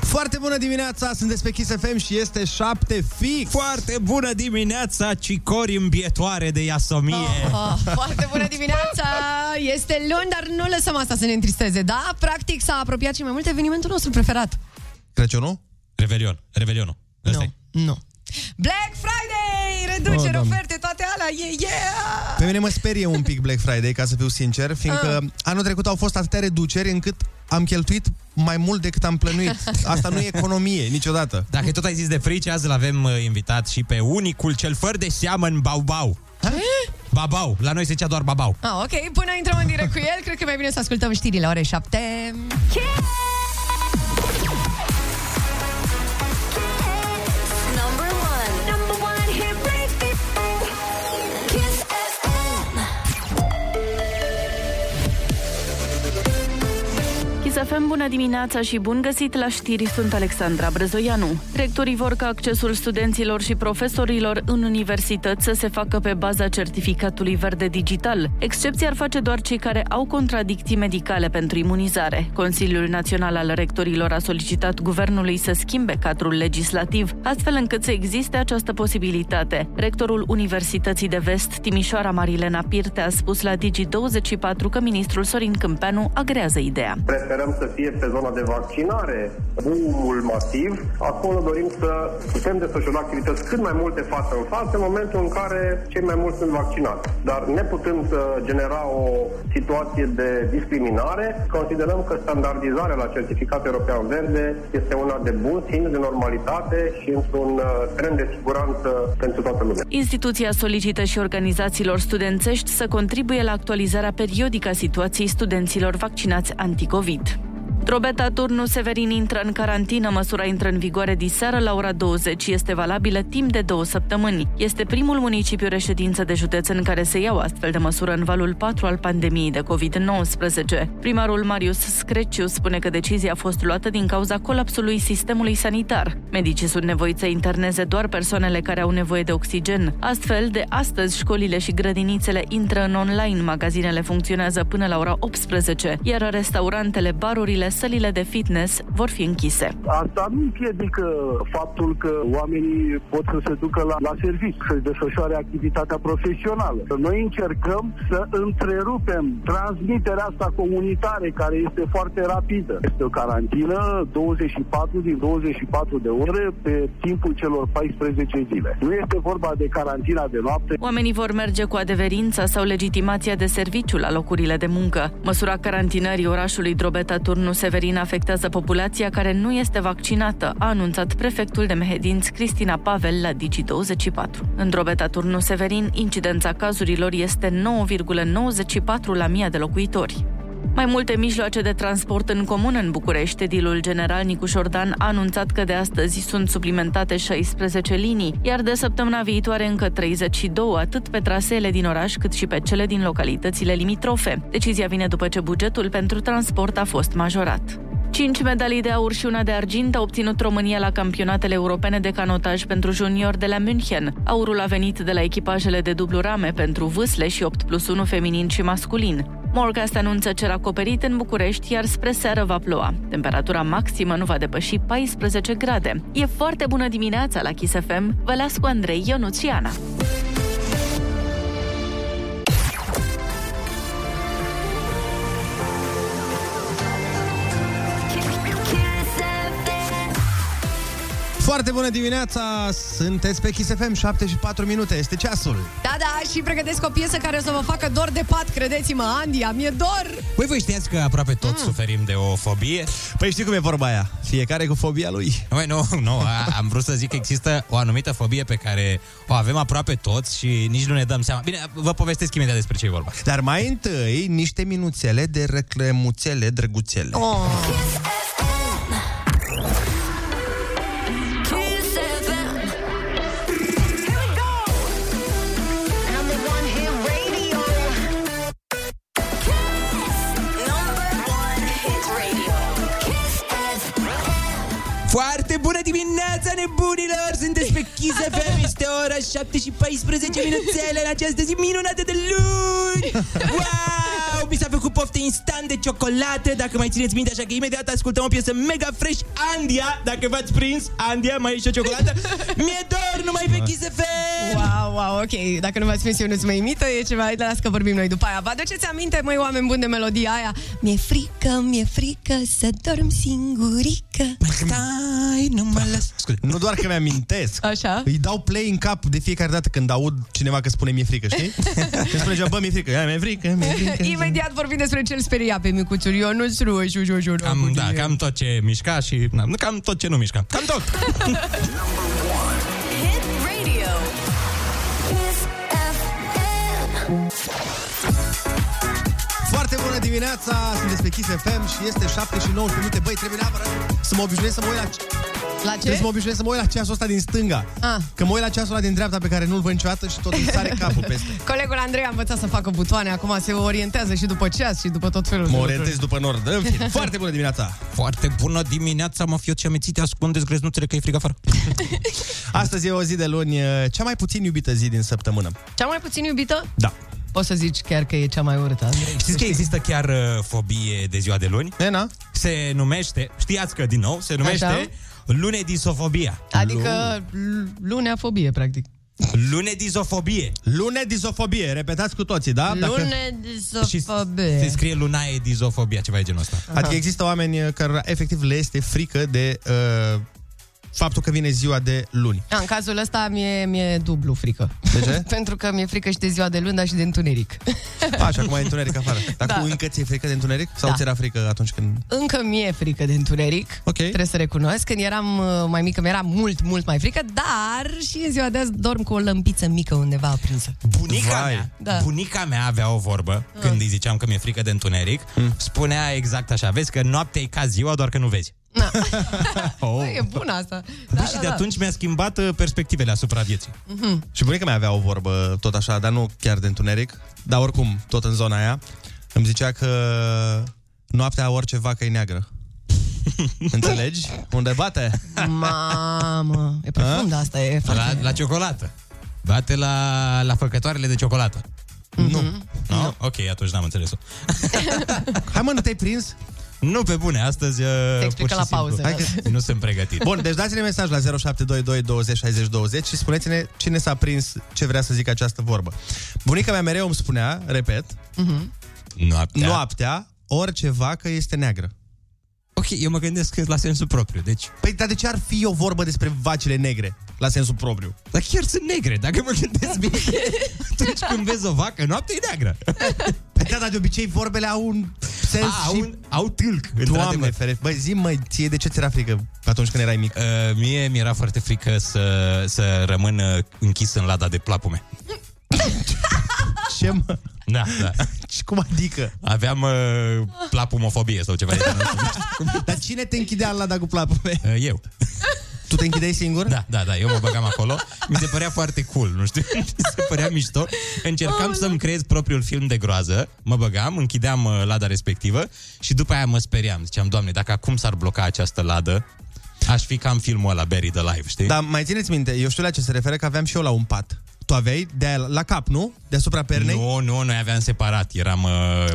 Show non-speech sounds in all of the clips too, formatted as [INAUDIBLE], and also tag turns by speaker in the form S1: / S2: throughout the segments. S1: Foarte bună dimineața, sunt pe Kiss FM și este 7 fix.
S2: Foarte bună dimineața, cicori îmbietoare de Iasomie. Oh,
S3: oh, foarte bună dimineața! Este luni, dar nu lăsăm asta să ne întristeze, da? Practic s-a apropiat și mai mult evenimentul nostru preferat.
S1: Crăciunul?
S2: Revelion, Revelionul.
S3: Nu, no, nu. No. Black Friday! Reduceri, oh, oferte, toate alea, yeah, yeah!
S1: Pe mine mă sperie un pic Black Friday, ca să fiu sincer, fiindcă ah. anul trecut au fost atâtea reduceri încât am cheltuit mai mult decât am plănuit. Asta nu e economie, niciodată.
S2: Dacă tot ai zis de frici, azi l-avem invitat și pe unicul cel fără de seamă în Baubau. Ha? Babau, la noi se zicea doar babau.
S3: Ah, ok, până intrăm în direct cu el, cred că mai bine să ascultăm știrile la ore 7. Yeah!
S4: SFM, bună dimineața și bun găsit la știri, sunt Alexandra Brezoianu. Rectorii vor ca accesul studenților și profesorilor în universități să se facă pe baza certificatului verde digital. Excepția ar face doar cei care au contradicții medicale pentru imunizare. Consiliul Național al Rectorilor a solicitat guvernului să schimbe cadrul legislativ, astfel încât să existe această posibilitate. Rectorul Universității de Vest, Timișoara Marilena Pirte, a spus la Digi24 că ministrul Sorin Câmpeanu agrează ideea.
S5: Preferăm sperăm să fie pe zona de vaccinare boomul masiv. Acolo dorim să putem desfășura activități cât mai multe față în față în momentul în care cei mai mulți sunt vaccinați. Dar neputând să genera o situație de discriminare, considerăm că standardizarea la certificat european verde este una de bun simț, de normalitate și într-un uh, tren de siguranță pentru toată lumea.
S4: Instituția solicită și organizațiilor studențești să contribuie la actualizarea periodică a situației studenților vaccinați anticovid. Drobeta Turnu Severin intră în carantină. Măsura intră în vigoare diseară la ora 20 este valabilă timp de două săptămâni. Este primul municipiu reședință de județ în care se iau astfel de măsură în valul 4 al pandemiei de COVID-19. Primarul Marius Screciu spune că decizia a fost luată din cauza colapsului sistemului sanitar. Medicii sunt nevoiți să interneze doar persoanele care au nevoie de oxigen. Astfel, de astăzi, școlile și grădinițele intră în online, magazinele funcționează până la ora 18, iar restaurantele, barurile, sălile de fitness vor fi închise.
S6: Asta nu împiedică faptul că oamenii pot să se ducă la, la serviciu, să-și desfășoare activitatea profesională. Noi încercăm să întrerupem transmiterea asta comunitare, care este foarte rapidă. Este o carantină 24 din 24 de ore pe timpul celor 14 zile. Nu este vorba de carantina de noapte.
S4: Oamenii vor merge cu adeverința sau legitimația de serviciu la locurile de muncă. Măsura carantinării orașului Drobeta Turnu Severin afectează populația care nu este vaccinată, a anunțat prefectul de Mehedinți Cristina Pavel la Digi24. În drobeta Turnu Severin, incidența cazurilor este 9,94 la mie de locuitori. Mai multe mijloace de transport în comun în București, edilul general Nicu Șordan a anunțat că de astăzi sunt suplimentate 16 linii, iar de săptămâna viitoare încă 32, atât pe traseele din oraș cât și pe cele din localitățile limitrofe. Decizia vine după ce bugetul pentru transport a fost majorat. 5 medalii de aur și una de argint a obținut România la campionatele europene de canotaj pentru junior de la München. Aurul a venit de la echipajele de dublu rame pentru vâsle și 8 plus 1 feminin și masculin. Morgast anunță cer acoperit în București, iar spre seară va ploua. Temperatura maximă nu va depăși 14 grade. E foarte bună dimineața la Kiss FM. Vă las cu Andrei Ionuțiana.
S1: Foarte bună dimineața! Sunteți pe Kiss FM, 7 și 4 minute, este ceasul.
S3: Da, da, și pregătesc o piesă care o să vă facă dor de pat, credeți-mă, Andia, mi-e dor!
S2: Păi voi știați că aproape toți mm. suferim de o fobie.
S1: Păi știi cum e vorba aia, fiecare cu fobia lui.
S2: Păi nu, nu, a, am vrut să zic că există o anumită fobie pe care o avem aproape toți și nici nu ne dăm seama. Bine, vă povestesc imediat despre ce e vorba.
S1: Dar mai întâi, niște minuțele de reclămuțele drăguțele.
S3: Oh.
S2: Foarte foarte bună dimineața, nebunilor! Sunteți pe Kiss FM, este ora 7 și 14 minuțele în această zi minunată de luni! Wow! Mi s-a făcut poftă instant de ciocolată, dacă mai țineți minte, așa că imediat ascultăm o piesă mega fresh, Andia, dacă v-ați prins, Andia, mai e și o ciocolată. Mi-e dor numai pe Kiss FM!
S3: Wow, wow, ok. Dacă nu v-ați prins, eu nu-ți mai imită, e ceva, las că vorbim noi după aia. Vă aduceți aminte, măi, oameni buni de melodia aia? Mi-e frică, mi-e frică să dorm singurică.
S2: Stai, nu mă las... Scuze.
S1: Nu doar că mi-amintesc.
S3: Așa.
S1: Îi dau play în cap de fiecare dată când aud cineva că spune mi-e frică,
S3: [LAUGHS]
S1: știi? Când spune ceva, bă, mi-e frică, ia, mi-e frică, mi-e frică.
S3: Imediat vorbim despre cel speria pe micuțul Ionuț Roșu, Jojo
S2: Cam, da, cam tot ce mișca și... Na, nu, cam tot ce nu mișca. Cam tot!
S7: Hit radio. Kiss FM.
S1: Foarte bună dimineața, sunteți pe Kiss FM și este 7 și 9 minute. Băi, trebuie neapărat să mă obișnuiesc să mă uit la...
S3: La
S1: Trebuie
S3: ce?
S1: să mă obișnuiesc să mă uit la ceasul ăsta din stânga.
S3: Ah.
S1: Că mă uit la ceasul ăla din dreapta pe care nu-l văd niciodată și tot îmi sare capul peste.
S3: Colegul Andrei a învățat să facă butoane, acum se orientează și după ceas și după tot felul
S1: Mă
S3: de
S1: orientez după nord. În
S3: [LAUGHS]
S1: fine, foarte bună dimineața!
S2: Foarte bună dimineața, mă fiu ce amețite, ascundeți greznuțele că e frig afară.
S1: Astăzi e o zi de luni, cea mai puțin iubită zi din săptămână.
S3: lucruri. Cea mai puțin iubită?
S1: Da.
S3: Poți să zici chiar că e cea mai urâtă.
S2: Știți că există chiar uh, fobie de ziua de luni?
S1: E, na?
S2: Se numește, știați că din nou, se numește
S3: Așa.
S2: Așa? lunedisofobia.
S3: Adică l- lunea-fobie, practic.
S2: Lunedisofobie.
S1: Lunedizofobie, repetați cu toții, da?
S2: Și s-
S3: Lunedisofobie.
S2: se scrie lunaedizofobia, ceva de genul ăsta.
S1: Adică există oameni care efectiv le este frică de uh, faptul că vine ziua de [LAUGHS] luni.
S3: Da, în cazul ăsta mi-e, mi-e dublu frică.
S1: De ce?
S3: [LAUGHS] Pentru că mi-e frică și de ziua de luni, dar și de întuneric. [LAUGHS]
S1: A, și acum e întuneric afară. Dar
S3: Da.
S1: da. cu încă ți-e frică de întuneric? Sau
S3: Da.
S1: da. ți era frică atunci când...
S3: Încă mi-e frică de întuneric.
S1: Ok.
S3: Trebuie să recunosc. Când eram uh, mai mică, mi-era mult, mult mai frică, dar și în ziua de azi dorm cu o lămpiță mică undeva aprinsă.
S2: Bunica
S1: Vai.
S2: mea,
S3: Da.
S2: bunica mea avea o vorbă când îi ziceam că mi-e frică de întuneric.
S1: Mm.
S2: Spunea exact așa, vezi că noaptea e ca ziua, doar că nu vezi.
S3: Na.
S2: Oh.
S3: Bă, e bună asta.
S2: Da, și de atunci mi-a schimbat uh, perspectivele asupra vieții.
S1: Și bunica mea avea o vorbă tot așa, dar nu chiar de întuneric, dar oricum tot în zona aia. Îmi zicea că noaptea orice vacă e [LAUGHS] neagră. Înțelegi? Unde bate?
S3: Mamă, e profund asta, e
S2: La,
S3: foarte...
S2: la ciocolată. Bate la, la făcătoarele de ciocolată. Nu. No? Ok, atunci n-am înțeles-o.
S1: Hai mă, nu te-ai prins?
S2: Nu, pe bune, astăzi uh,
S3: explică
S2: pur și
S3: la
S2: simplu.
S3: pauză.
S2: Hai că nu sunt pregătit.
S1: Bun, deci dați-ne mesaj la 0722 20 60 20 și spuneți-ne cine s-a prins ce vrea să zic această vorbă. Bunica mea mereu îmi spunea, repet,
S2: Da. Noaptea.
S1: noaptea orice vacă este neagră.
S2: Ok, eu mă gândesc la sensul propriu. Deci,
S1: Păi, dar de ce ar fi o vorbă despre vacile negre, la sensul propriu?
S2: dar chiar sunt negre, dacă mă gândesc bine. [LAUGHS] Atunci când vezi o vacă, noaptea e neagră.
S1: Păi, da, dar de obicei vorbele au un sens
S2: A, Ah, au,
S1: și...
S2: un, au tâlc,
S1: Doamne
S2: într-adevăr.
S1: ferește. Băi, zi mă, ție de ce ți era frică atunci când erai mic?
S2: Uh, mie mi-era foarte frică să, să rămân uh, închis în lada de plapume.
S1: Ce mă? [LAUGHS]
S2: Da, da.
S1: Și cum adică?
S2: Aveam uh, plapumofobie sau ceva de genul [LAUGHS] ăsta.
S1: Dar cine te închidea în lada cu
S2: [LAUGHS]
S1: plapume?
S2: Uh, Eu.
S1: Tu te închideai singur?
S2: Da, da, da, eu mă băgam acolo. Mi se părea foarte cool, nu știu, [LAUGHS] mi se părea mișto. Încercam să-mi creez propriul film de groază, mă băgam, închideam uh, lada respectivă și după aia mă speriam. Ziceam, doamne, dacă acum s-ar bloca această ladă, aș fi ca în filmul ăla, Buried Alive, știi?
S1: Dar mai țineți minte, eu știu la ce se referă că aveam și eu la un pat. Tu aveai de aia la- la cap, nu? Deasupra pernei?
S2: Nu, nu, noi aveam separat, eram, uh,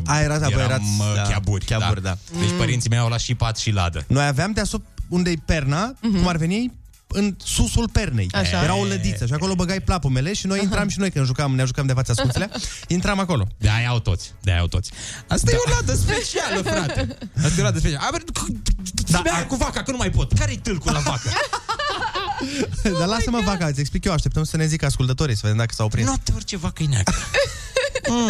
S1: A, erați, bă,
S2: eram
S1: erați,
S2: uh,
S1: da,
S2: cheaburi,
S1: cheaburi,
S2: da.
S1: da.
S2: Deci părinții mei au luat și pat și ladă.
S1: Noi aveam deasupra unde e perna, cum ar veni, în susul pernei.
S3: Așa.
S1: Era o lădiță și acolo băgai plapumele și noi intram și noi când jucam, ne jucam de fața scuțele, intram acolo.
S2: De aia au toți, de aia au toți. Asta da. e o ladă specială, frate. Asta e o ladă specială. A, bă, cu- da, a... cu vaca, că nu mai pot. Care-i tâlcul la vacă?
S1: Dar lasă-mă vaca, îți explic eu, așteptăm să ne zic ascultătorii, să vedem dacă s-au prins.
S2: Noapte orice vacă e
S1: [LAUGHS]
S2: neagră. Mm,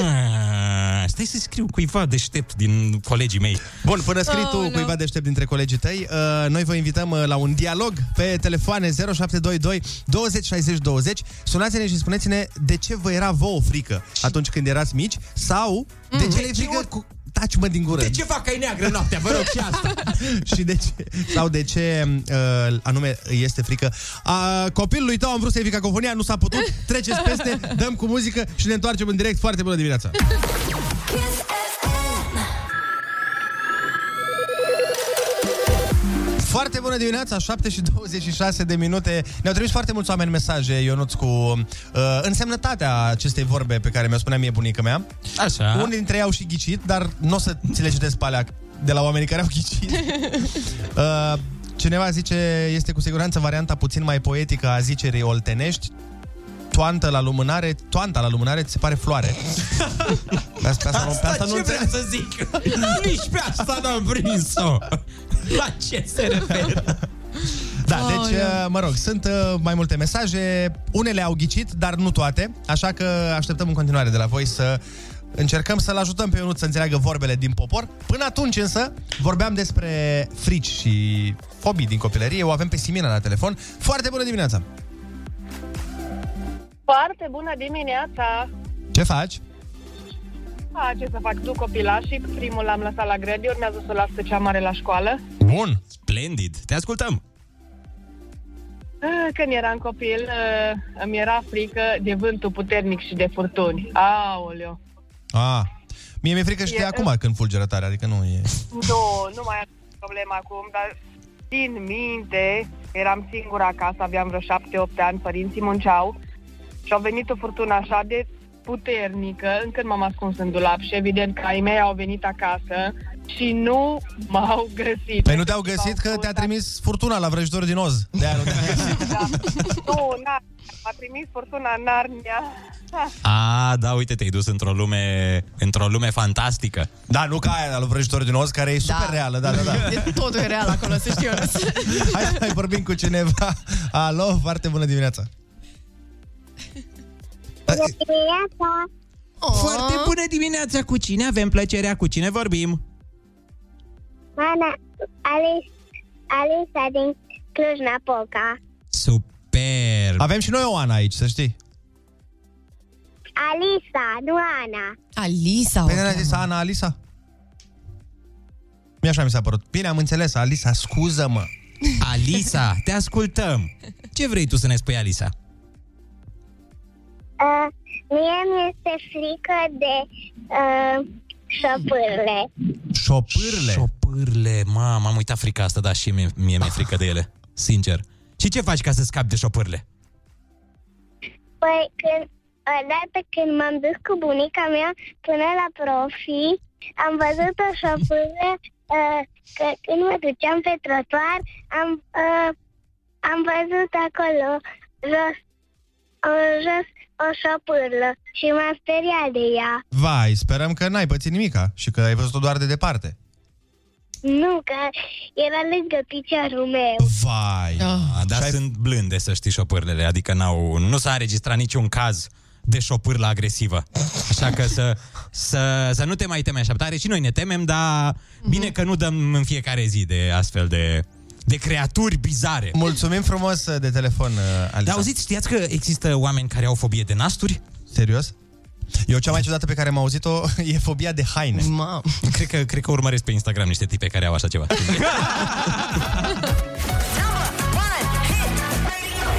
S2: Stai să scriu cuiva deștept din colegii mei.
S1: Bun, până scrii
S3: Aoleu.
S1: tu cuiva deștept dintre colegii tăi, uh, noi vă invităm uh, la un dialog pe telefoane 0722 20 60 20. Sunați-ne și spuneți-ne de ce vă era vouă frică atunci când erați mici sau de ce le frică cu... Taci mă din gură.
S2: De ce vaca e neagră noaptea? Vă rog și asta.
S1: [LAUGHS] și de ce, sau de ce uh, anume este frică. A, copilului tău am vrut să-i cacofonia, nu s-a putut, treceți peste, dăm cu muzică și ne întoarcem în direct. Foarte bună dimineața!
S7: Kiss FM.
S1: Foarte bună dimineața, 7 și 26 de minute. Ne-au trimis foarte mulți oameni mesaje, Ionuț, cu uh, însemnătatea acestei vorbe pe care mi-o spunea mie bunica mea.
S2: Așa.
S1: Unii dintre ei au și ghicit, dar nu o să ți le citesc pe alea de la oamenii care au
S2: [LAUGHS]
S1: ghicit. Uh, cineva zice, este cu siguranță varianta puțin mai poetică a zicerii oltenești, toantă la lumânare, toanta la lumânare ți se pare
S2: [LAUGHS]
S1: floare. Pe asta, pe asta, nu- pe asta nu
S2: ce
S1: înțeleg.
S2: vreau să zic? [LAUGHS] Nici pe asta n-am [LAUGHS] prins-o. La ce se referă?
S1: Da,
S3: Aoleu.
S1: deci, uh, mă rog, sunt uh, mai multe mesaje, unele au ghicit, dar nu toate, așa că așteptăm în continuare de la voi să încercăm să-l ajutăm pe Ionut să înțeleagă vorbele din popor. Până atunci însă vorbeam despre frici și fobii din copilărie, o avem pe Simina la telefon. Foarte bună dimineața!
S8: Foarte bună dimineața!
S1: Ce faci?
S8: A, ce să fac, du copilașii, primul l-am lăsat la grădi, urmează să-l las pe cea mare la școală.
S1: Bun!
S2: Splendid. Te ascultăm.
S8: Ah, Când eram copil, ah, îmi era frică de vântul puternic și de furtuni. Aoleu!
S1: A, Ah, mie mi-e frică și de
S8: E-
S1: acum când fulgeră tare, adică nu e...
S8: Nu, nu mai am problema acum, dar țin minte, eram singura acasă, aveam vreo șapte-opt ani, părinții munceau și au venit o furtună așa de puternică, încât m-am ascuns în dulap și evident că ai mei au venit acasă și nu m-au găsit.
S1: Păi nu te-au găsit că te-a
S8: Au
S1: trimis furtuna la vrăjitor din Oz. de nu te-a găsit.
S8: Da. Nu, n-a, a trimis furtuna Narnia.
S2: A, da, uite, te-ai dus într-o lume, într-o lume fantastică.
S1: Da, nu ca aia la vrăjitor din Oz, care e super
S3: Da.
S1: reală, da, da, da.
S3: E, totul e real acolo, să știu.
S2: [LAUGHS]
S1: Hai să mai vorbim cu cineva. Alo, foarte bună dimineața.
S3: Oh.
S7: Foarte bună dimineața cu cine avem plăcerea, cu cine vorbim?
S9: Ana, Alice, Alisa din Cluj-Napoca.
S2: Super.
S1: Avem și noi o Ana aici, să știi.
S9: Alisa, nu Ana.
S3: Alisa,
S1: Păi
S3: o
S1: ne-a zis
S3: cheamă.
S1: Ana, Alisa? Mi așa mi s-a părut. Bine, am înțeles, Alisa, scuză-mă.
S2: Alisa, te ascultăm. Ce vrei tu să ne spui, Alisa?
S9: Uh, mie mi-este frică de uh, șopârle.
S1: Șopârle. Șop.
S2: Șopârle, mamă, am uitat frica asta, dar și mie, mie mi-e frică de ele, sincer. Și ce faci ca să scapi de șopârle?
S9: Păi când, odată când m-am dus cu bunica mea până la profi, am văzut o șopârle uh, că când mă duceam pe trotuar, am, uh, am văzut acolo jos, uh, jos o șopârlă și m-am speriat de ea.
S1: Vai, sperăm că n-ai pățit nimica și că ai văzut-o doar de departe.
S9: Nu, că era lângă piciorul meu.
S1: Vai.
S2: A, dar
S1: Și ai-
S2: sunt blânde, să știi, șopârlele, adică n-au, nu s-a înregistrat niciun caz de șopârlă agresivă. Așa că să, să, să nu te mai teme așa tare. Și noi ne temem, dar bine că nu dăm în fiecare zi de astfel de, de creaturi bizare.
S1: Mulțumim frumos de telefon, uh, Alisa.
S2: Dar auziți, știați că există oameni care au fobie de nasturi?
S1: Serios? Eu cea mai ciudată pe care am auzit-o [LAUGHS] e fobia de haine.
S3: Mamă.
S2: Cred că, cred că urmăresc pe Instagram niște tipe care au așa ceva.
S10: Number one hit radio.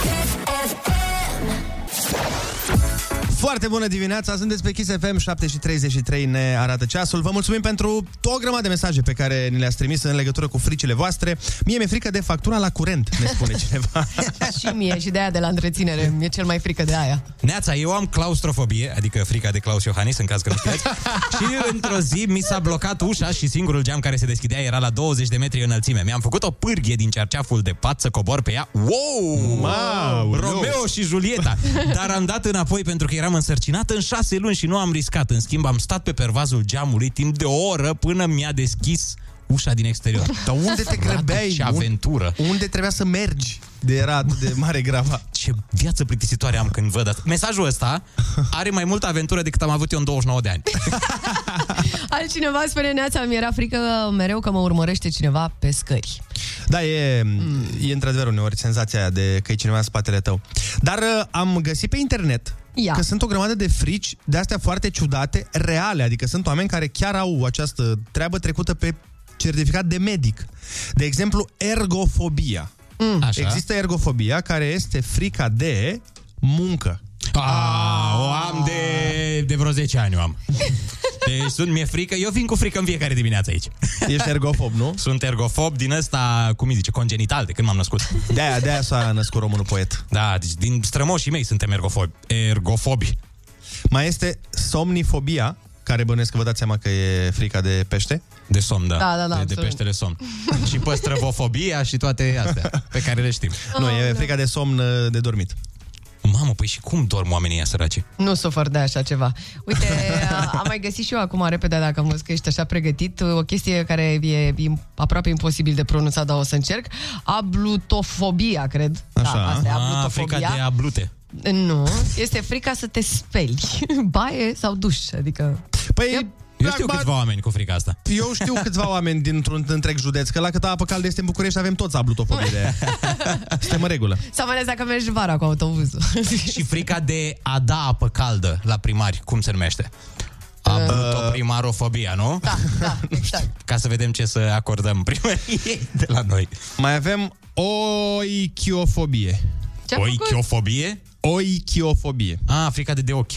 S10: Kiss FM.
S1: Foarte bună dimineața, sunteți pe Kiss FM 7 și 33 ne arată ceasul Vă mulțumim pentru o grămadă de mesaje pe care ni le-ați trimis în legătură cu fricile voastre Mie mi-e frică de factura la curent, ne spune cineva
S3: Da, și mie, și de aia de la întreținere. Mi-e cel mai frică de aia.
S2: Neața, eu am claustrofobie, adică frica de Claus Iohannis, în caz că
S1: [LAUGHS]
S2: nu știați. și într-o zi mi s-a blocat ușa și singurul geam care se deschidea era la 20 de metri înălțime. Mi-am făcut o pârghie din cerceaful de pat să cobor pe ea. Wow!
S1: Wow!
S2: Romeo și Julieta! Dar am dat înapoi pentru că eram însărcinată în șase luni și nu am riscat. În schimb, am stat pe pervazul geamului timp de o oră până mi-a deschis ușa din exterior.
S1: Dar unde te grăbeai?
S2: Ce aventură!
S1: Un- Unde trebuia să mergi? De era atât de mare grava
S2: ce viață plictisitoare am când văd asta. Mesajul ăsta are mai multă aventură decât am avut eu în 29 de ani.
S3: Altcineva spune, Neața, mi era frică mereu că mă urmărește cineva pe scări.
S1: Da, e, e într-adevăr uneori senzația aia de că e cineva în spatele tău. Dar uh, am găsit pe internet
S3: Ia.
S1: că sunt o grămadă de frici de astea foarte ciudate, reale. Adică sunt oameni care chiar au această treabă trecută pe certificat de medic. De exemplu, ergofobia.
S2: Așa.
S1: Există ergofobia care este frica de muncă.
S2: Ah, A, o am de, de vreo 10 ani o am. Deci sunt, mi-e frică, eu vin cu frică în fiecare dimineață aici.
S1: Ești ergofob, nu?
S2: Sunt ergofob din ăsta, cum îi zice, congenital, de când m-am născut.
S1: De-aia, de-aia s-a născut românul poet.
S2: Da, deci din strămoșii mei suntem ergofobi. Ergofobi.
S1: Mai este somnifobia, care bănuiesc că vă dați seama că e frica de pește.
S2: De somn, da.
S3: Da, da, da,
S2: de, de
S3: absolut.
S2: peștele somn. și păstrăvofobia și toate astea pe care le știm.
S1: Nu, e frica de somn uh, de dormit.
S2: Mamă, păi și cum dorm oamenii ăia săraci?
S3: Nu sufăr de așa ceva. Uite, a- am mai găsit și eu acum, repede, dacă am văzut că ești așa pregătit, o chestie care e im- aproape imposibil de pronunțat, dar o să încerc. Ablutofobia, cred.
S1: Așa.
S3: Da, asta e
S2: Ah, frica de
S3: ablutofobia.
S2: ablute.
S3: Nu, este frica să te speli. Baie sau duș, adică...
S1: Păi,
S3: Eu-
S2: Eu știu
S1: pragma-
S2: câțiva oameni cu frica asta.
S1: eu [LAUGHS] știu câțiva oameni dintr-un întreg județ, că la câtă apă caldă este în București avem toți ablutofobie [LAUGHS] de aia. Suntem în regulă.
S3: Sau mai ales dacă mergi vara cu autobuzul. [LAUGHS]
S2: Și frica de a da apă caldă la primari, cum se numește? Uh, Ablutoprimarofobia, nu?
S3: da,
S2: [LAUGHS]
S3: da, exact.
S2: Ca să vedem ce să acordăm primăriei de la noi.
S1: Mai avem oichiofobie.
S3: Ce-a
S2: Păi,
S3: făcut?
S2: Oichiofobie?
S1: Oichiofobie.
S2: Ah, frica de, de ochi.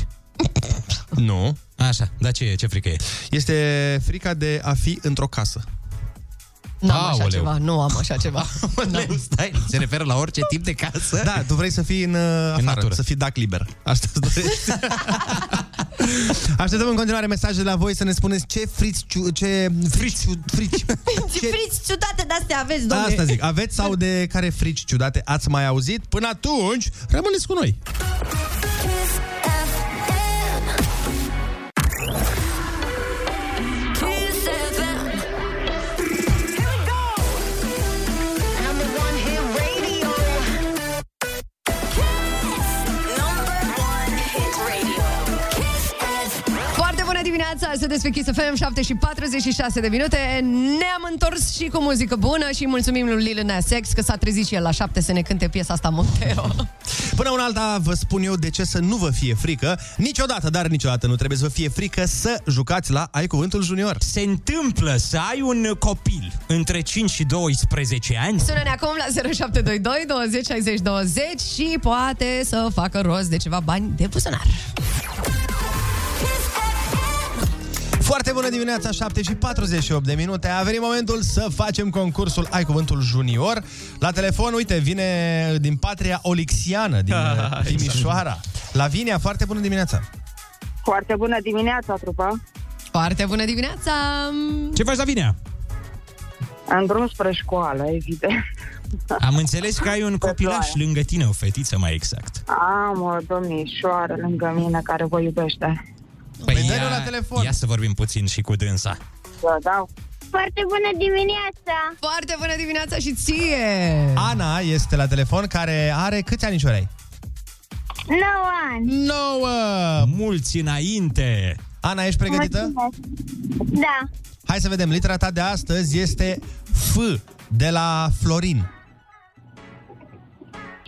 S1: Nu.
S2: Așa, dar ce, e? ce frică e?
S1: Este frica de a fi într-o casă.
S3: N-am așa
S2: Aoleu.
S3: ceva, nu am așa ceva. Da.
S2: Nu, stai, se referă la orice tip de casă?
S1: Da, tu vrei să fii în uh, afară,
S2: natură.
S1: să fii dac liber. Asta îți [LAUGHS] dorești. Așteptăm în continuare mesaje de la voi să ne spuneți ce friți, ciu- ce frici, [LAUGHS] frici,
S10: Ce frici ciudate de-astea aveți,
S1: Da,
S10: domnule?
S1: Asta zic, aveți sau de care frici ciudate ați mai auzit? Până atunci, rămâneți cu noi!
S10: Kiss FM. Kiss FM. Here we go. Number one hit radio. Kiss. Number one hit radio. Kiss FM.
S3: Foarte bună dimineața, sunt despre Kiss FM, 7 și 46 de minute. Ne-am întors și cu muzică bună și mulțumim lui Lil Nas X că s-a trezit și el la 7 să ne cânte piesa asta Montero.
S1: Până una alta vă spun eu de ce să nu vă fie frică niciodată, dar niciodată nu trebuie să vă fie frică să jucați la Ai Cuvântul Junior.
S2: Se întâmplă să ai un copil între 5 și 12 ani
S3: Sună-ne acum la 0722 20 60 20 și poate să facă rost de ceva bani de buzunar.
S10: Kiss FM.
S1: Foarte bună dimineața, 7 și 48 de minute. A venit momentul să facem concursul Ai Cuvântul Junior. La telefon, uite, vine din patria olixiană, din
S2: Ah,
S1: Timișoara. Lavinia, foarte bună dimineața!
S8: Foarte bună dimineața, trupă.
S3: Foarte bună dimineața!
S2: Ce faci, Lavinia?
S8: În drum spre școală, evident.
S2: Am înțeles că ai un copilaș
S8: ploaie.
S2: lângă tine, o fetiță mai exact
S8: Am o domnișoară lângă mine care vă iubește.
S1: Păi dă-ne-o la telefon.
S2: ia să vorbim puțin și cu dânsa
S8: Vă dau.
S9: Foarte bună dimineața!
S3: Foarte bună dimineața și ție!
S1: Ana este la telefon, care are câți anișori ai?
S9: 9 ani!
S1: 9!
S2: Mulți înainte
S1: Ana, ești pregătită?
S9: Mulțumesc. Da,
S1: Hai să vedem, litera ta de astăzi este F de la Florin.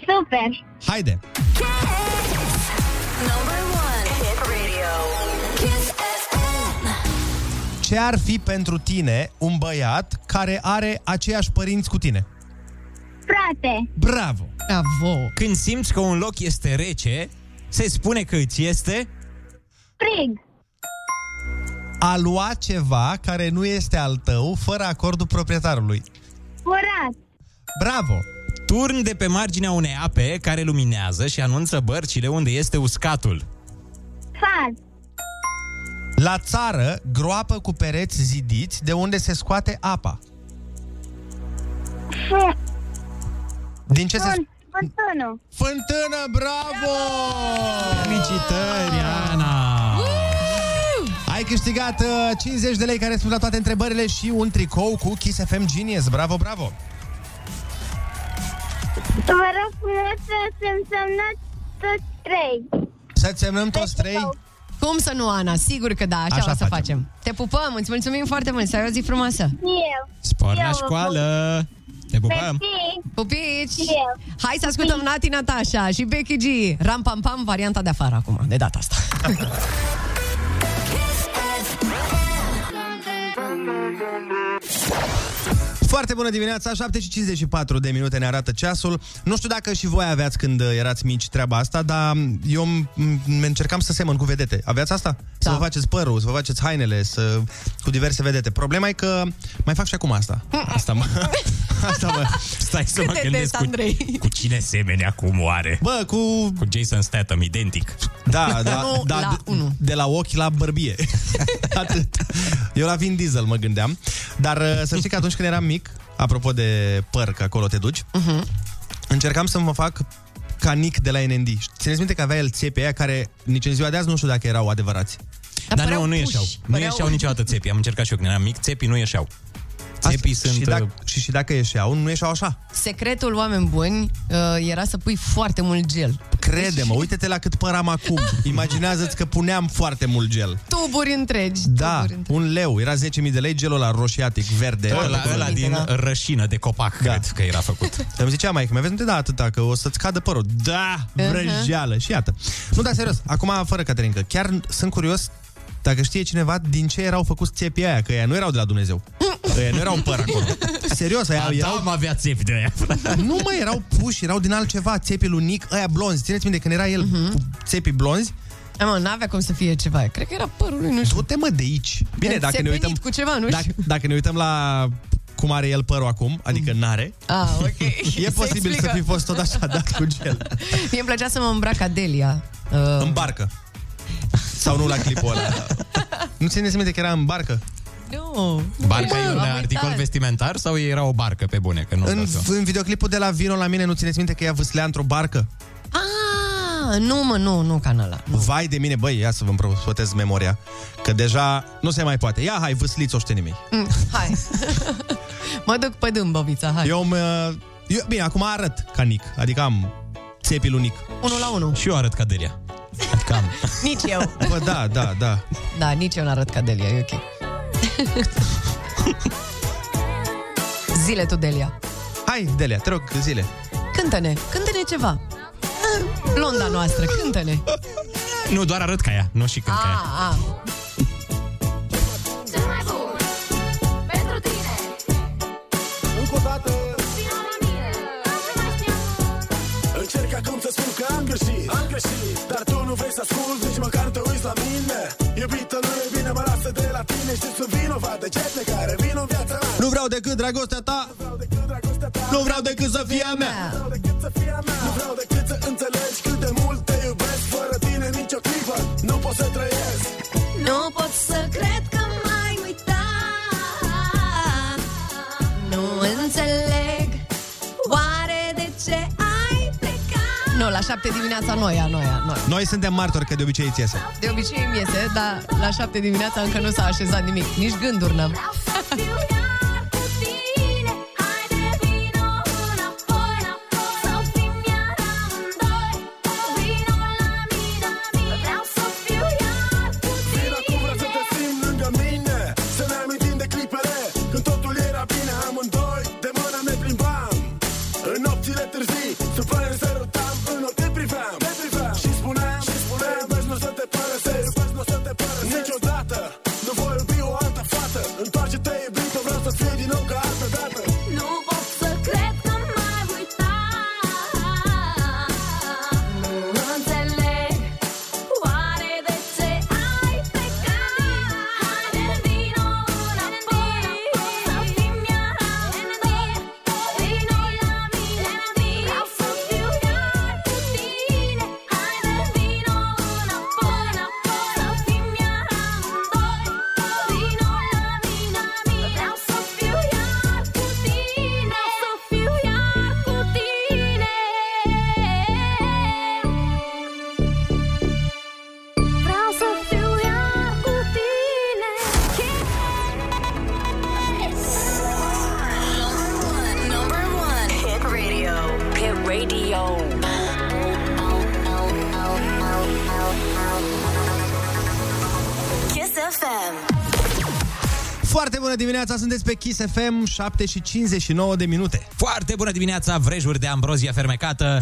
S9: super!
S1: Haide!
S10: Kiss. Number one hit radio. Kiss FM.
S1: Ce ar fi pentru tine un băiat care are aceiași părinți cu tine?
S9: Frate,
S1: Bravo!
S3: Bravo!
S2: Când simți că un loc este rece, se spune că îți este
S9: frig,
S1: A lua ceva care nu este al tău fără acordul proprietarului.
S9: furat,
S1: Bravo!
S2: turn de pe marginea unei ape care luminează și anunță bărcile unde este uscatul
S9: faz,
S1: La țară, groapă cu pereți zidiți de unde se scoate apa.
S9: fun,
S1: Din ce se... sc-
S9: fântânul,
S1: Fântână, bravo! Felicitări,
S2: Ana!
S1: Ai câștigat uh, 50 de lei care sunt la toate întrebările și un tricou cu Kiss FM Genius. Bravo, bravo!
S9: Vă rog frumos să-mi semnați toți trei.
S1: Să semnăm toți trei.
S3: Cum să nu, Ana? Sigur că da, așa,
S1: Așa
S3: o să
S1: facem.
S3: facem. Te pupăm, îți mulțumim foarte mult, să ai o zi frumoasă.
S9: Eu,
S2: Spor la
S9: Eu,
S2: școală! Te pupăm!
S9: mersi,
S3: Pupici!
S9: Eu.
S3: Hai să ascultăm Nati Natasha și Becky G. Ram pam pam, varianta de afară acum, de data [LAUGHS] asta.
S1: Foarte bună dimineața, 7.54 de minute ne arată ceasul. Nu știu dacă și voi aveați când uh, erați mici treaba asta, dar eu m- m- încercam să semăn cu vedete. Aveați asta? Să vă faceți părul, să vă faceți hainele, să... cu diverse vedete. Problema e că mai fac și acum asta.
S2: Hm.
S1: Asta mă... [LAUGHS] asta mă...
S2: Stai să
S1: Cât
S2: mă
S1: de des,
S2: gândesc cu,
S1: Andrei?
S2: cu cine semene acum oare.
S1: Bă, cu...
S2: Cu Jason Statham, identic.
S3: [LAUGHS]
S1: Da, da,
S3: Unu
S1: da
S3: la
S1: de- de la ochi la bărbie. [LAUGHS] Atât. Eu la Vin Diesel mă gândeam. Dar uh, să știi că atunci când eram mic, apropo de păr, că acolo te duci,
S3: Uh-huh.
S1: încercam să mă fac ca Nick de la NND. Țineți minte că avea el țepi aia care nici în ziua de azi nu știu dacă erau adevărați.
S2: Dar, Dar nu, nu ieșeau. Nu ieșeau niciodată țepii. Am încercat și eu când eram mic, țepii nu ieșeau. Țepii
S1: Și,
S2: sunt... uh,
S1: dacă, și, și dacă ieșeau, nu ieșeau așa.
S3: Secretul oameni buni uh, era să pui foarte mult gel. Deci-
S1: Crede-mă, uite-te la cât păr am acum. Imaginează-ți că puneam foarte mult gel.
S3: Tuburi întregi.
S1: Da, un leu. Era 10.000 de lei gelul la roșiatic, verde.
S2: uh,
S1: Toată
S2: Ăla,
S1: culoarea.
S2: ăla din rășină de copac, da. cred că era făcut.
S1: Îmi zicea mai că mi vezi, nu te da atâta, că o să-ți cadă părul. Da, vrăjeală. Și iată. Nu, dar serios, acum, fără Caterinca, chiar sunt curios dacă știe cineva din ce erau făcuți țepii aia, că ea nu erau de la Dumnezeu. Ăia nu erau păr acolo. Serios, aia erau...
S2: Adam avea țepi de aia.
S3: Da,
S1: Nu mai erau puși, erau din altceva, țepii lui Nick, aia blonzi. Țineți minte când era el
S3: Mhm.
S1: cu țepii blonzi?
S3: Da, mă, n-avea cum să fie ceva. Cred că era părul lui, nu știu.
S1: Du-te mă de aici. Bine, dacă ne uităm,
S3: cu ceva, nu
S1: dacă,
S3: știu.
S1: dacă ne uităm la cum are el părul acum, adică
S3: [LAUGHS]
S1: n-are,
S3: Ah, ok.
S1: e
S3: Se
S1: posibil să
S3: explică.
S1: fi fost tot așa dat cu gel.
S3: Mie îmi plăcea să mă îmbrac ca Delia. Uh,
S1: În barcă. Sau nu la clipul ăla. nu țineți minte că era în barcă?
S3: nu.
S2: Barca e
S3: Bă,
S2: un
S3: am
S2: articol
S3: uitat.
S2: vestimentar sau era o barcă pe bune? Că nu
S1: În, în videoclipul de la Vino la mine, nu țineți minte că ea vâslea într-o barcă?
S3: Ah, nu mă, nu, nu canala.
S1: Vai de mine, băi, ia să vă împrospătez memoria. Că deja nu se mai poate. Ia, hai, vâsliți oștenii mei.
S3: Mm, hai. [LAUGHS] mă duc pe dâmbovița, hai. Eu...
S1: Eu, mă, eu, bine, acum arăt ca Nic. Adică am țepii lui Nic.
S3: Unul la unul.
S2: Și eu arăt ca Delia. Adică am.
S3: Nici eu.
S1: Bă, da, da, da.
S3: Da, nici eu n-arăt ca Delia, e [LAUGHS] ok. Zile tu, Delia.
S1: Hai, Delia, te rog, zile.
S3: Cântă-ne, cântă-ne ceva. Blonda noastră, cântă-ne.
S2: Nu, doar arăt ca ea, nu și când ca ea.
S3: A, a.
S11: Încă o dată Încerc acum să spun că am greșit Am greșit Dar tu nu vrei să ascult Nici măcar nu te uiți la mine Iubită, nu e bine, mă lasă de la tine Știi, sunt vinovat de ce care Vin în viața mea
S1: Nu vreau decât dragostea ta. Nu vreau decât să fie a mea.
S11: Nu vreau decât să fie a mea Nu vreau decât să înțelegi cât de mult te iubesc Fără tine nicio clipă Nu pot să trăiesc
S10: Nu pot să cred că m-ai uitat Nu înțeleg Oare de ce ai plecat?
S3: Nu, la șapte dimineața noia, noia, noia.
S1: Noi suntem martori că de obicei îți iese.
S3: De obicei îmi iese, dar la șapte dimineața încă nu s-a așezat nimic. Nici gânduri n-am.
S10: Vreau să fiu iar cu tine Haide vino înapoi, înapoi Sau fim iar amândoi Vino la mine, la mine Vreau să fiu iar cu
S11: Vin acum vreau să te
S10: tine
S11: simt lângă mine Să ne amintim de clipele Când totul era bine amândoi De mână ne plimbam În nopțile târzii Sub ploaie se rotam În ochi te priveam Te priveam Și spuneam Și spuneam Vezi nu o să te părăsesc Vezi nu o să te părăsesc Niciodată Nu voi iubi o altă fată Întoarce-te iubito vreau
S1: bună dimineața, sunteți pe Kiss FM, 7 și 59 de minute.
S2: Foarte bună dimineața, vrejuri de ambrozie [LAUGHS] fermecată.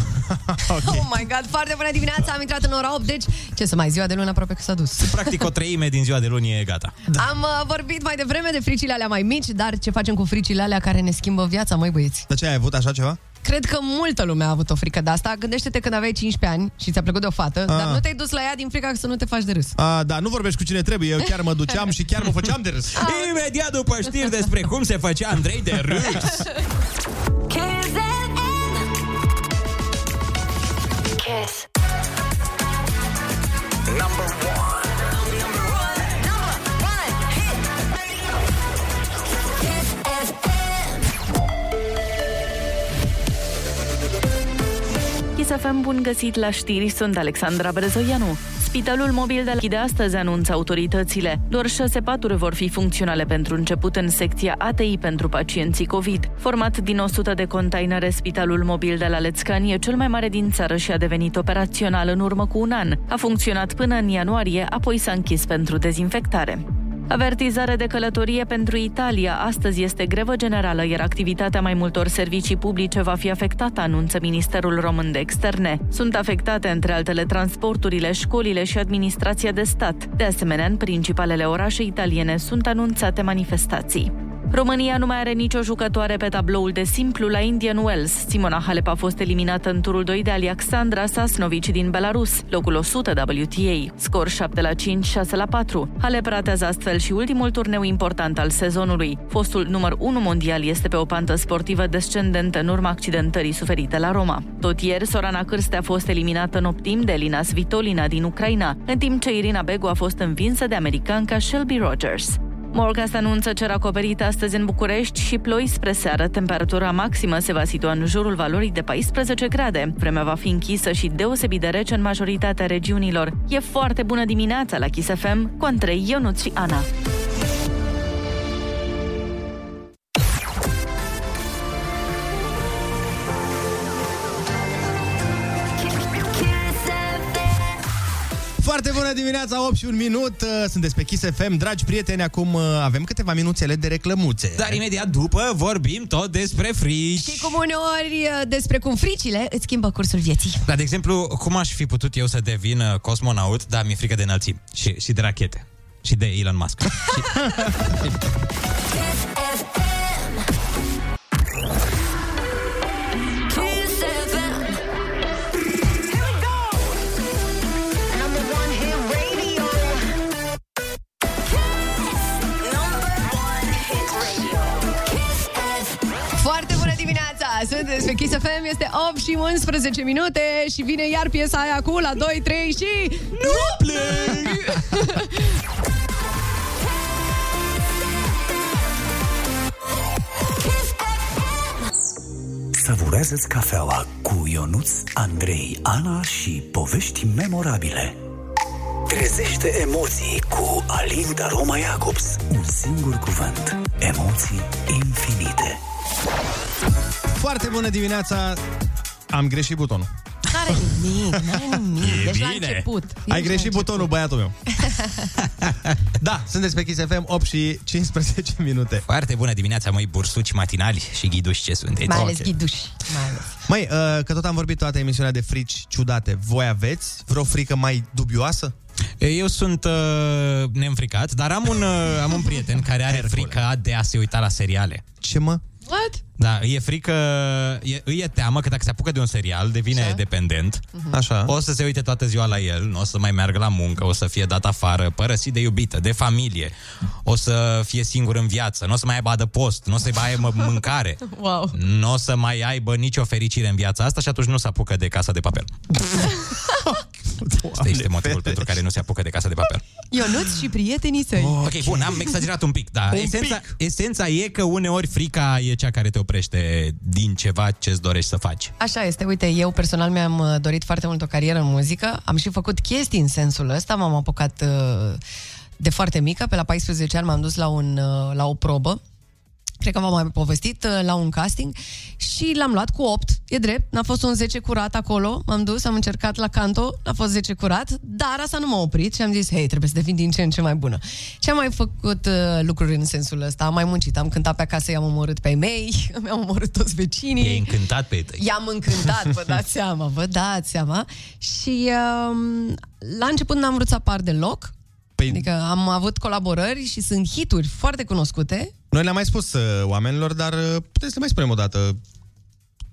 S3: Oh my god, foarte bună dimineața, am intrat în ora 8, deci ce să mai ziua de luni aproape că s-a dus.
S2: Practic o treime din ziua de luni e gata.
S3: Da. Am uh, vorbit mai devreme de fricile alea mai mici, dar ce facem cu fricile alea care ne schimbă viața, măi băieți?
S1: Dar ce, ai avut așa ceva?
S3: Cred că multă lume a avut o frică de asta. Gândește-te când aveai 15 ani și ți-a plăcut de o fată, ah. dar nu te-ai dus la ea din frica să nu te faci de râs.
S1: A, da, nu vorbești cu cine trebuie, eu chiar mă duceam și chiar mă făceam de râs.
S2: Ah. Imediat după știri despre cum se făcea Andrei de râs.
S10: Kiss.
S4: Chisafem, bun găsit la știri, sunt Alexandra Brezoianu. Spitalul mobil de la de astăzi anunță autoritățile. Doar șase paturi vor fi funcționale pentru început în secția ATI pentru pacienții COVID. Format din 100 de containere, spitalul mobil de la Lețcani e cel mai mare din țară și a devenit operațional în urmă cu un an. A funcționat până în ianuarie, apoi s-a închis pentru dezinfectare. Avertizare de călătorie pentru Italia. Astăzi este grevă generală, iar activitatea mai multor servicii publice va fi afectată, anunță Ministerul Român de Externe. Sunt afectate, între altele, transporturile, școlile și administrația de stat. De asemenea, în principalele orașe italiene sunt anunțate manifestații. România nu mai are nicio jucătoare pe tabloul de simplu la Indian Wells. Simona Halep a fost eliminată în turul 2 de Alexandra Sasnovici din Belarus, locul 100 WTA, scor 7 la 5, 6 la 4. Halep ratează astfel și ultimul turneu important al sezonului. Fostul număr 1 mondial este pe o pantă sportivă descendentă în urma accidentării suferite la Roma. Tot ieri, Sorana Cârste a fost eliminată în optim de Elina Svitolina din Ucraina, în timp ce Irina Begu a fost învinsă de americanca Shelby Rogers. Morcast anunță cer acoperit astăzi în București și ploi spre seară. Temperatura maximă se va situa în jurul valorii de 14 grade. Vremea va fi închisă și deosebit de rece în majoritatea regiunilor. E foarte bună dimineața la Kiss FM cu Andrei Ionuț și Ana.
S1: Foarte bună dimineața, 8 și un minut, uh, sunteți pe Kiss FM, dragi prieteni, acum uh, avem câteva minuțele de reclămuțe.
S2: Dar imediat după vorbim tot despre frici.
S3: Și cum uneori uh, despre cum fricile îți schimbă cursul vieții.
S2: Dar, de exemplu, cum aș fi putut eu să devin uh, cosmonaut, dar mi-e frică de înălțimi și, și de rachete și de Elon Musk.
S3: Foarte bună dimineața! Sunteți pe Kiss FM, este 8 și 11 minute și vine iar piesa aia cu la 2, 3 și... Nu plâng!
S12: Savurează-ți cafeaua cu Ionuț, Andrei, Ana și povești memorabile. Trezește emoții cu Alinda Roma Jacobs. Un singur cuvânt. Emoții infinite.
S1: [LAUGHS] Foarte bună dimineața, am greșit butonul.
S3: N-are nimic, n-are nimic.
S2: E
S3: Ești la
S2: bine.
S3: început. Ești la
S1: Ai greșit
S3: început.
S1: butonul, băiatul meu. da, sunteți pe Kiss FM, 8 și 15 [LAUGHS] minute.
S2: Foarte bună dimineața, măi bursuci matinali și ghiduși ce sunteți.
S3: Mai ales
S2: Ok.
S3: ghiduș. Mai ales.
S1: Măi, uh, că tot am vorbit toată emisiunea de frici ciudate, voi aveți vreo frică mai dubioasă?
S2: Eu sunt uh, neînfricat, dar am un, uh, am un prieten care are frica de a se uita la seriale.
S1: Ce mă?
S3: What?
S2: Da, îi e frică, e, îi e teamă că dacă se apucă de un serial, devine
S3: Așa. Mhm.
S2: dependent.
S1: Așa.
S2: O să se uite toată ziua la el, nu o să mai meargă la muncă, o să fie dat afară, părăsit de iubită, de familie, o să fie singur în viață, nu o să mai aibă adăpost, nu o să mai aibă [LAUGHS] mâncare,
S3: Wow.
S2: nu o să mai aibă nicio fericire în viața asta și atunci nu se apucă de casa de
S1: [LAUGHS]
S2: papel. Asta este motivul pentru care nu se apucă de casa de papel.
S3: Ionuț și prietenii săi.
S2: Ok, bun, am exagerat un pic, da. esența,
S1: pic.
S2: esența e că uneori frica e cea care te oprește din ceva ce-ți dorești să faci.
S3: Așa este, uite, eu personal mi-am uh, dorit foarte mult o carieră în muzică, am și făcut chestii în sensul ăsta, m-am apucat uh, de foarte mică, pe la 14 ani m-am dus la, un, uh, la o probă cred că v-am mai povestit, uh, la un casting și l-am luat cu 8, e drept, n-a fost un 10 curat acolo, m-am dus, am încercat la canto, n-a fost 10 curat, dar asta nu m-a oprit și am zis, hei, trebuie să devin din ce în ce mai bună. Și am mai făcut uh, lucruri în sensul ăsta, am mai muncit, am cântat pe acasă, i-am omorât pe ei mei, [LAUGHS] mi-am omorât toți vecinii.
S2: E încântat pe ei tăi.
S3: I-am încântat, vă dați seama, vă dați seama. Și um, la început n-am vrut să apar deloc.
S1: Păi-
S3: Păi... Adică am avut colaborări și sunt hituri foarte cunoscute.
S1: Noi le-am mai spus uh, oamenilor, dar uh, puteți să le mai spunem o dată.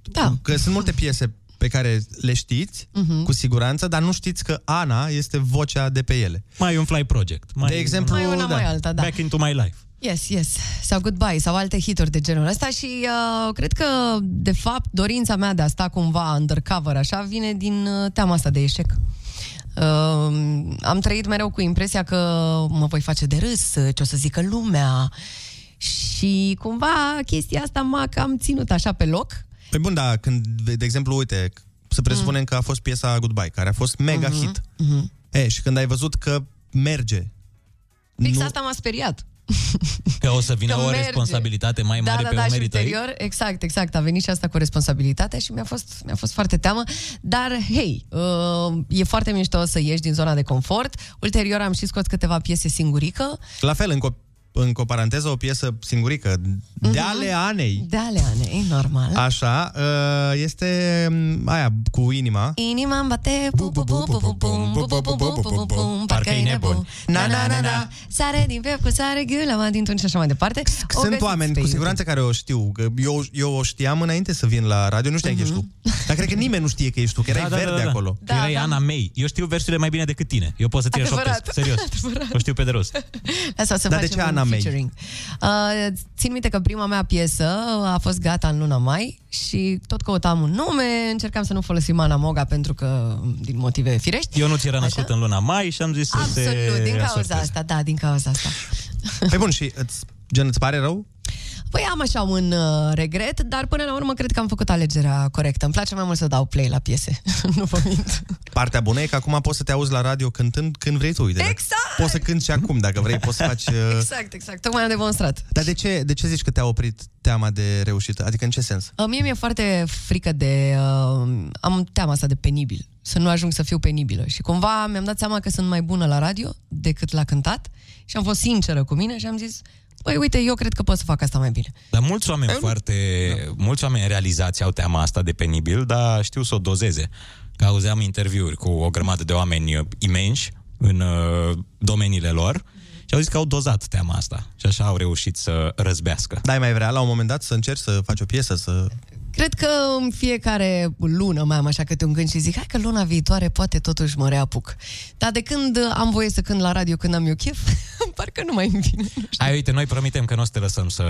S3: Da.
S1: Că sunt multe piese pe care le știți,
S3: Mhm.
S1: uh-huh. cu siguranță, dar nu știți că Ana este vocea de pe ele.
S2: Mai e un fly project. Mai
S1: De exemplu,
S3: Mai una,
S1: da.
S3: mai alta, da.
S2: Back into my life.
S3: Yes, yes. Sau Goodbye, sau alte hituri de genul ăsta și uh, cred că, de fapt, dorința mea de a sta cumva undercover așa vine din uh, teama asta de eșec. Uh, am trăit mereu cu impresia că mă voi face de râs, uh, ce o să zică lumea și cumva chestia asta m-a cam ținut așa pe loc.
S1: Păi bun, da, când, de de exemplu, uite, să presupunem mm. că a fost piesa Goodbye, care a fost mega mm-hmm. hit.
S3: Mhm.
S1: E, și când ai văzut că merge,
S3: Fix
S1: Nu.
S3: asta m-a speriat.
S2: Că o să vină
S3: Că
S2: o
S3: merge.
S2: responsabilitate mai
S3: Da,
S2: mare
S3: da,
S2: pe
S3: da, și
S2: umerii tăi.
S3: ulterior, exact, exact, a venit și asta cu responsabilitatea și mi-a fost, mi-a fost foarte teamă, dar hei, uh, e foarte mișto să ieși din zona de confort, ulterior am și scos câteva piese singurică,
S1: la fel, încă o, încă o paranteză, o piesă singurică, mm-hmm.
S3: Mhm.
S1: de ale Anei,
S3: de alea, ne, e normal. A-
S1: așa, uh, este mm, aia cu inima.
S3: Inima îmi bate bu bu bu bu bu bum bu bu bu bu bu bu bum Parcă-i nebun Na na na na Sare din pep cu sare ghiula mă dintr-un și așa mai departe O
S1: Sunt
S3: găsiți
S1: oameni,
S3: pe
S1: cu
S3: YouTube.
S1: siguranță, care o știu. că Eu, eu o știam înainte să vin la radio, nu știam că ești
S3: Mhm.
S1: tu. Dar cred că nimeni nu știe că ești tu, că erai da, verde da, da, acolo.
S2: Da, Erai
S3: da.
S2: Ana May. Eu știu versurile mai bine decât tine. Eu pot să ți le
S3: Adevărat.
S2: șoptesc. Serios.
S3: [LAUGHS] Adevărat.
S2: O știu pe de rost.
S3: Asta o să
S1: Dar de
S3: facem
S1: ce
S3: un
S1: Ana May?
S3: featuring. Uh, țin minte că prima mea piesă a fost gata în luna mai și tot căutam un nume, încercam să nu folosim Ana Moga pentru că, din motive firești.
S2: Eu nu ți era născut în luna mai și am zis să
S3: Absolut,
S2: te
S3: din cauza
S2: asortez.
S3: asta, da, din cauza asta. [LAUGHS]
S1: Păi bun, și îți, gen, îți pare rău?
S3: Păi am așa un uh, regret, dar până la urmă cred că am făcut alegerea corectă. Îmi place mai mult să dau play la piese, [LAUGHS] nu vă mint.
S1: Partea bună e că acum poți să te auzi la radio cântând când vrei tu, uite. dacă-
S3: Exact!
S1: Poți să cânti și acum, dacă vrei, poți să faci... uh,
S3: [LAUGHS] Exact, exact, tocmai am demonstrat.
S1: Dar de ce, de ce zici că te-a oprit teama de reușită? Adică în ce sens?
S3: Uh, Mie mi-e foarte frică de... Uh, am teama asta de penibil, să nu ajung să fiu penibilă. Și cumva mi-am dat seama că sunt mai bună la radio decât la cântat și am fost sinceră cu mine și am zis, păi uite, eu cred că pot să fac asta mai bine.
S2: Dar mulți oameni foarte...
S1: Da.
S2: Mulți oameni realizați au teama asta de penibil, dar știu să o dozeze. Că auzeam interviuri cu o grămadă de oameni uh, imensi în uh, domeniile lor și au zis că au dozat teama asta și așa au reușit să răzbească.
S1: Dai mai vrea la un moment dat să încerci să faci o piesă, să...
S3: Cred că în fiecare lună mai am așa câte un gând și zic, hai că luna viitoare poate totuși mă reapuc. Dar de când uh, am voie să cânt la radio când am eu chef, [LAUGHS] parcă nu mai îmi vine. Nu știu.
S2: Hai, uite, noi promitem că nu o să te lăsăm să,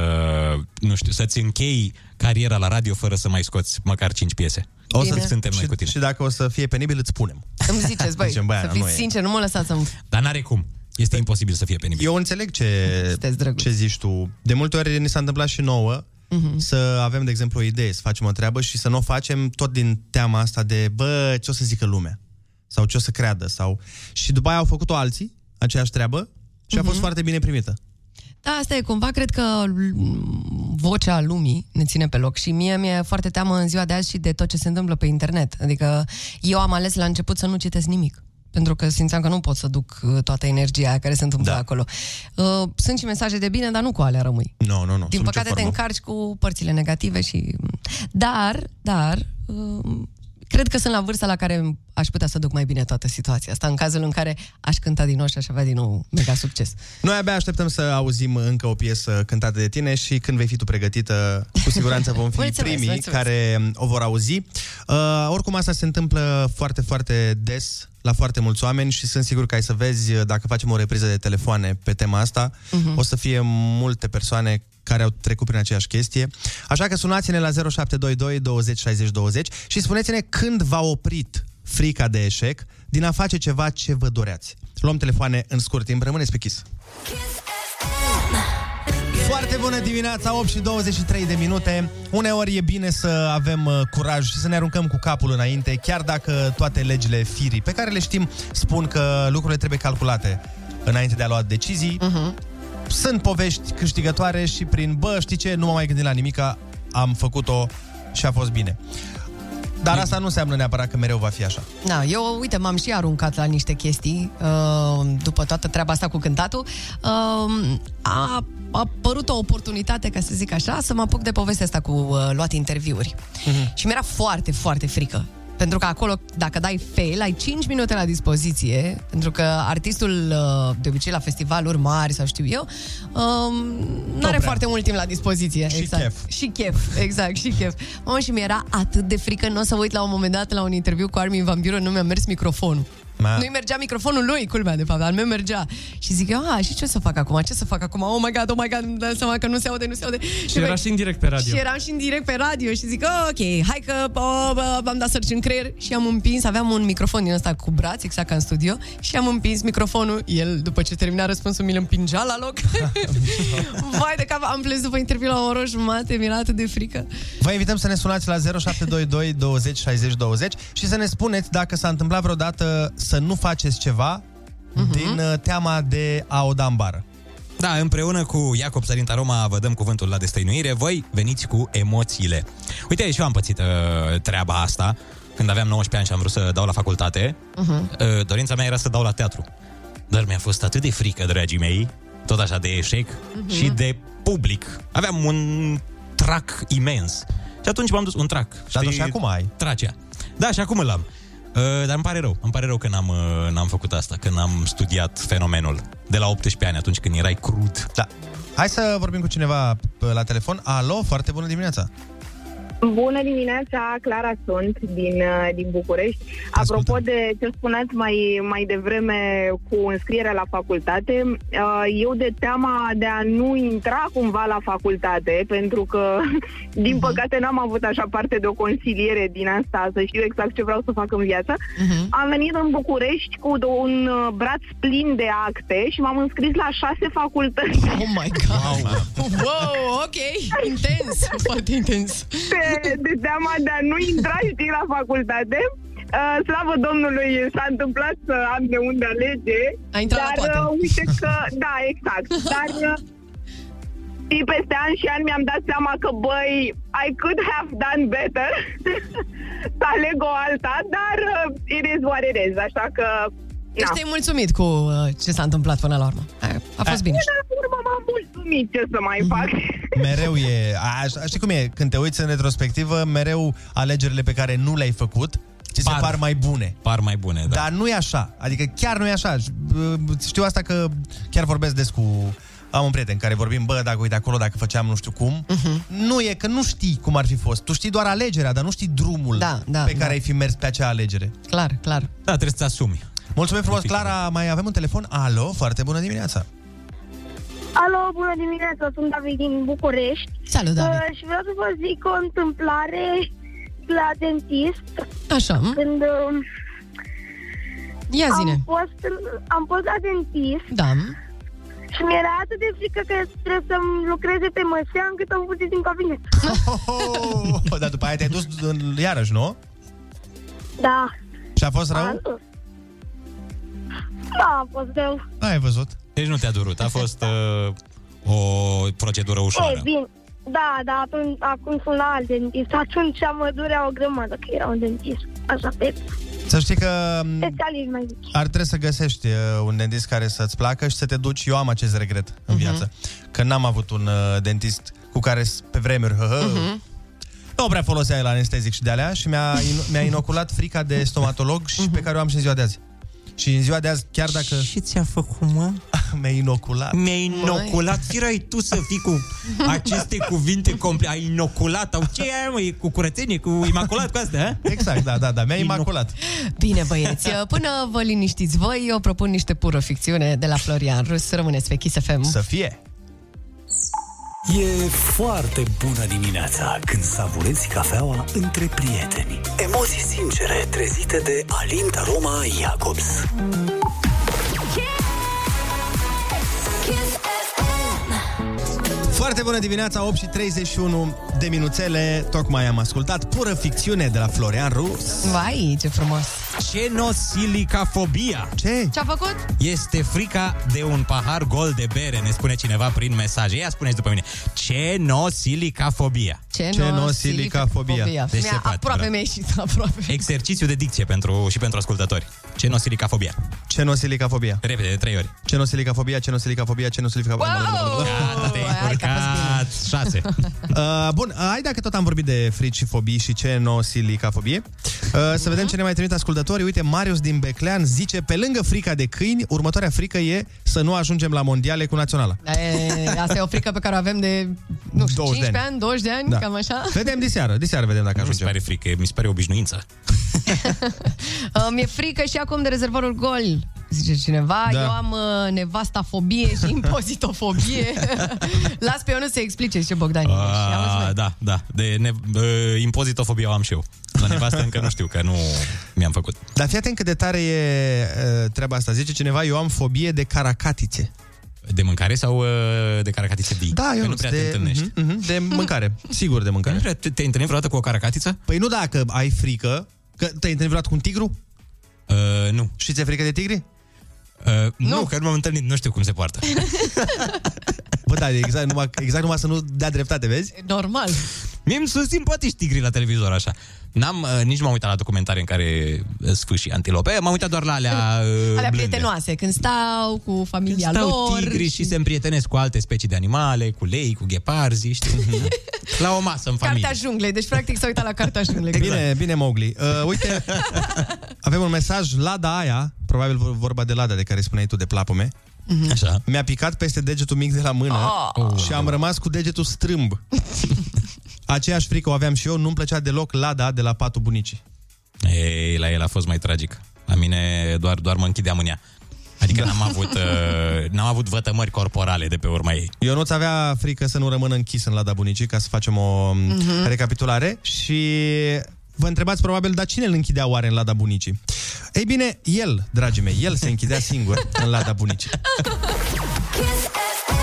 S2: nu știu, să-ți închei cariera la radio fără să mai scoți măcar 5 piese.
S1: O
S3: Bine.
S1: să
S2: Suntem noi
S1: și,
S2: cu tine.
S1: Și dacă o să fie penibil, îți spunem.
S3: Îmi ziceți, băi,
S1: Zicem, băi,
S3: să
S1: Ana,
S3: fiți
S1: nu e.
S3: sinceri, nu mă lăsați să-mi
S2: Dar n-are cum. Este
S1: Păi-
S2: imposibil să fie penibil.
S1: Eu înțeleg ce,
S3: Sunteți drăguți. Mhm.
S1: ce zici tu. De multe ori ni s-a întâmplat și nouă mm-hmm. să avem, de exemplu, o idee, să facem o treabă și să nu o facem tot din teama asta de, bă, ce o să zică lumea? Sau ce o să creadă? Sau... Și după aia au făcut-o alții, aceeași treabă, și a fost
S3: Mhm.
S1: foarte bine primită.
S3: Da, asta e cumva, cred că mm, vocea lumii ne ține pe loc și mie mi-e foarte teamă în ziua de azi și de tot ce se întâmplă pe internet. Adică eu am ales la început să nu citesc nimic. Pentru că simțeam că nu pot să duc uh, toată energia aia care se întâmplă
S1: Da.
S3: da. acolo. Uh, Sunt și mesaje de bine, dar nu cu alea rămâi.
S1: Nu, no, nu, no, nu. No,
S3: Din păcate te încarci cu părțile negative și... mm, Dar, dar, uh, cred că sunt la vârsta la care aș putea să duc mai bine toată situația asta, în cazul în care aș cânta din nou și aș avea din nou mega succes.
S1: Noi abia așteptăm să auzim încă o piesă cântată de tine și când vei fi tu pregătită, cu siguranță
S3: [LAUGHS]
S1: vom fi
S3: Mulțumesc,
S1: primii
S3: mulțumesc.
S1: care mm, o vor auzi. Uh, oricum asta se întâmplă foarte, foarte des la foarte mulți oameni și sunt sigur că ai să vezi uh, dacă facem o repriză de telefoane pe tema asta, uh-huh.
S3: Mhm.
S1: o să fie multe persoane care au trecut prin aceeași chestie. Așa că sunați-ne la 0722 20 60 20 și spuneți-ne când v-a oprit frica de eșec din a face ceva ce vă doreați. Luăm telefoane în scurt timp, rămâneți pe chis. Foarte bună dimineața, 8 și 23 de minute. Uneori e bine să avem uh, curaj și să ne aruncăm cu capul înainte, chiar dacă toate legile firii pe care le știm spun că lucrurile trebuie calculate înainte de a lua decizii. Uh-huh. sunt povești câștigătoare și prin bă, știi ce, nu m-am mai gândit la nimica, am făcut-o și a fost bine. Dar asta nu înseamnă neapărat că mereu va fi așa.
S3: Da, eu, uite, m-am și aruncat la niște chestii uh, după toată treaba asta cu cântatul. Uh, a a apărut o oportunitate, ca să zic așa, să mă apuc de povestea asta cu uh, luat interviuri.
S13: Mhm.
S3: Și mi-era foarte, foarte frică. Pentru că acolo, dacă dai fail, ai 5 minute la dispoziție, pentru că artistul, uh, de obicei la festivaluri mari sau știu eu, nu are
S13: prea.
S3: foarte mult timp la dispoziție.
S13: Și
S3: exact.
S13: chef.
S3: Și chef, exact, și chef. Mamă, și mi-era atât de frică, nu o să uit la un moment dat la un interviu cu Armin Van Buren, nu mi-a mers microfonul.
S13: Ma.
S3: Nu-i mergea microfonul lui, culmea, de fapt, al meu mergea. Și zic eu, a, și ce o să fac acum? Ce să fac acum? Oh my god, oh my god, îmi dau seama că nu se aude, nu se aude.
S14: Și era
S3: mai-
S14: și în direct pe radio.
S3: Și eram și în direct pe radio și zic, oh, ok, hai că oh, bă, am dat sărci în creier și am împins, aveam un microfon din ăsta cu braț, exact ca în studio, și am împins microfonul. El, după ce termina răspunsul, mi-l împingea la loc. Vai de cap, am plâns după interviu la o oră jumate, mi-era atât de frică.
S1: Vă invităm să ne sunați la [LAUGHS] 0722 20 60 20 și să ne spuneți dacă s-a întâmplat vreodată să nu faceți ceva din uh, teama de a o da în bară.
S2: Da, împreună cu Iacob Sărinta Roma vă dăm cuvântul la destăinuire. Voi veniți cu emoțiile. Uite, și eu am pățit uh, treaba asta când aveam 19 ani și am vrut să dau la facultate.
S13: Mhm.
S2: Uh, dorința mea era să dau la teatru. Dar mi-a fost atât de frică, dragii mei, tot așa de eșec
S13: Mhm.
S2: și de public. Aveam un trac imens. Și atunci m-am dus un trac. Dar
S1: tu și acum ai.
S2: Tracea. Da, și acum îl am. Uh, dar îmi pare rău, îmi pare rău că n-am, uh, n-am făcut asta, că n-am studiat fenomenul de la 18 ani, atunci când erai crud.
S1: Da. Hai să vorbim cu cineva uh, la telefon. Alo, foarte bună dimineața!
S15: Bună dimineața, Clara sunt din, uh, din București. Apropo de ce spuneați mai, mai devreme cu înscrierea la facultate, uh, eu de teama de a nu intra cumva la facultate, pentru că, [LAUGHS] din păcate, n-am avut așa parte de o consiliere din asta, să știu exact ce vreau să fac în viață, am venit în București cu do- un uh, braț plin de acte și m-am înscris la șase facultăți. [LAUGHS]
S3: Oh my god! Wow, ok, intens, foarte intens.
S15: de, de teama de a nu intra știi la facultate. Uh, slavă Domnului, s-a întâmplat să am de unde alege.
S3: A intrat la
S15: dar
S3: toate.
S15: uh, uite că, da,
S3: [LAUGHS]
S15: exact. Dar uh, și peste ani și ani mi-am dat seama că, băi, I could have done better [LAUGHS] să aleg o alta, dar uh, it is what it is, așa că...
S3: Deci
S15: na.
S3: te-ai mulțumit cu uh, ce s-a întâmplat până la urmă. A, a fost bine.
S15: Până la urmă m-am mulțumit, ce să mai
S3: Mhm.
S15: fac. [LAUGHS]
S1: Mereu e... A, a- știi cum e? Când te uiți în retrospectivă, mereu alegerile pe care nu le-ai făcut ți se par mai bune.
S2: Par mai bune, da.
S1: Dar nu e așa. Adică chiar nu e așa. Și, bă, Știu asta că chiar vorbesc des cu... Am un prieten care vorbim, bă, dacă uite acolo, dacă făceam nu știu cum. Uh-huh. Nu e că nu știi cum ar fi fost. Tu știi doar alegerea, dar nu știi drumul da, da, pe care
S3: da.
S1: ai fi mers pe acea alegere.
S3: Clar, clar.
S2: Da, trebuie să-ți asumi.
S1: Mulțumim frumos, Clara. Mai avem un telefon. Alo, foarte bună dimineața.
S9: Alo, bună dimineața, sunt David din București.
S3: Salut, David.
S9: Uh, și vreau să vă zic o întâmplare la dentist.
S3: Așa, m?
S9: Când uh,
S3: Ia zine.
S9: Am fost, în- am fost la dentist
S3: Da.
S9: și mi-era atât de frică că trebuie să-mi lucreze pe măsea încât am fugit din cabinet.
S1: [LAUGHS] Oh, dar după aia te-ai dus în- iarăși, nu?
S9: Da.
S1: Și a fost rău?
S9: Da, a fost greu.
S1: Ai văzut.
S2: Deci nu te-a durut, a fost uh, o procedură ușoară.
S9: Ei, bine. Da, da, atunci, acum sunt la alt dentist. Atunci mă durea o grămadă că era un dentist. Așa, pe
S1: Să știi că mm, m,
S15: Deci,
S9: specialist mai zic.
S1: ar trebui să găsești uh, un dentist care să-ți placă și să te duci. Eu am acest regret în viață. Că n-am avut un uh, dentist cu care s- pe vremuri hă, hă, nu prea folosea el anestezic și de alea și mi-a, in- mi-a inoculat frica de stomatolog și pe care o am și în ziua de azi. Și în ziua de azi, chiar dacă... [LAUGHS]
S2: Ce ți-a făcut, mă?
S1: Mi-a inoculat.
S2: Mi-a inoculat, firai tu să fii cu aceste cuvinte comple... Ai inoculat, au ce e, mă, e cu curățenie, cu imaculat, cu astea, a?
S1: Exact, da, da, da, mi-a imaculat.
S3: Bine, băieți, [LAUGHS] până vă liniștiți voi, eu propun niște pură ficțiune de la Florian Rus. Rămâneți pe Kiss FM.
S1: Să fie!
S12: E foarte bună dimineața când savurezi cafeaua între prieteni. Emoții sincere trezite de Alinda Roma Iacobs.
S1: Foarte bună dimineața, 8 și 31 de minuțele tocmai am ascultat pură ficțiune de la Florian Rus.
S3: Vai, ce frumos!
S2: Cenosilicafobia.
S1: Ce?
S3: Ce-a făcut?
S2: Este frica de un pahar gol de bere, ne spune cineva prin mesaje. Ia spuneți după mine. Cenosilicafobia.
S1: Cenosilica-fobia.
S2: Deci se
S3: Mi-a,
S2: poate,
S3: aproape
S2: bravo.
S3: mi-a ieșit, aproape.
S2: Exercițiu de dicție pentru, și pentru ascultători. Cenosilicafobia.
S1: Cenosilicafobia.
S2: Repede, de trei ori.
S1: Cenosilicafobia, cenosilicafobia, cenosilicafobia.
S3: Wow!
S2: Gata, te-ai
S3: Hai că a fost bine.
S2: încurcat.
S3: [LAUGHS]
S2: Șase.
S1: Uh, bun, uh, hai dacă tot am vorbit de frici și fobii și cenosilicafobie, uh, să vedem ce ne mai trimit ascultătorii. Uite, Marius din Beclean zice, pe lângă frica de câini, următoarea frică e să nu ajungem la mondiale cu naționala.
S3: Da, E, asta e o frică pe care o avem de, nu știu,
S1: 20 de
S3: 15
S1: ani.
S3: ani, 20 de ani,
S1: Da.
S3: cam așa. [LAUGHS]
S1: Vedem diseară, diseară vedem dacă
S2: Nu mi se
S1: ajungem.
S2: pare frică, mi se pare obișnuință.
S3: Uh, Mi-e frică și acum de rezervorul gol, zice cineva.
S1: Da.
S3: Da. Eu am uh, nevastafobie și impozitofobie. [LAUGHS] Las pe Ionuț să explice, zice Bogdan.
S1: Ah.
S3: Iubeș. Și auzi,
S2: A,
S3: măi.
S2: da, da. De ne, bă, impozitofobie o am și eu. La nevastă încă nu știu, că nu mi-am făcut.
S1: Dar fii atent cât de tare e uh, treaba asta. Zice cineva, eu am fobie de caracatițe.
S2: De mâncare sau uh, de caracatițe vii?
S1: Da,
S2: Că
S1: eu
S2: nu prea
S1: de,
S2: te întâlnești.
S1: Mhm, mhm,
S3: [LAUGHS]
S1: de mâncare, sigur de
S2: Că nu
S1: mâncare.
S2: prea te, te-ai întâlnit vreodată cu o caracatiță?
S1: Păi nu dacă ai frică, că te-ai întâlnit vreodată cu un tigru
S2: Uh, nu.
S1: și ți-e frică de tigri?
S2: Uh, nu. că nu m-am întâlnit, nu știu cum se
S1: [LAUGHS]
S2: poartă.
S1: Bă, da, exact numai, exact numai să nu dea dreptate, vezi?
S3: Normal.
S2: Mie îmi sunt simpatici tigrii la televizor așa. N-am, uh, nici m-am uitat la documentare în care uh, sfâșii antilope. M-am uitat doar la alea, uh,
S3: [LAUGHS] Alea
S2: blânde.
S3: prietenoase, când stau cu
S2: Când
S3: familia
S2: stau
S3: lor.
S2: tigri și se împrietenesc cu alte specii de animale, cu lei, cu
S3: [LAUGHS]
S2: gheparzi, știi? la o masă în familie. Exact.
S3: Cartea junglei, deci practic s-a uitat la cartea junglei.
S1: Bine, bine, Mowgli. Uh, uite, avem un mesaj, Lada aia, probabil vor- vorba de Lada de care spuneai tu de plapume,
S2: Așa.
S1: mi-a picat peste degetul mic de la mână
S2: Oh.
S1: și am rămas cu degetul strâmb. Aceeași frică o aveam și eu, nu-mi plăcea deloc Lada de la patul bunicii.
S2: Ei, la el a fost mai tragic. La mine doar, doar mă închideam în ea. Adică n-am
S1: [LAUGHS]
S2: avut, uh, n-am avut vătămări corporale de pe urma ei.
S1: Eu nu avea frică să nu rămână închis în Lada bunicii ca să facem o mm-hmm. recapitulare și vă întrebați probabil, dar cine îl închidea oare în Lada bunicii? Ei bine, el, dragii mei, el se închidea singur în Lada bunicii.
S10: Kiss FM.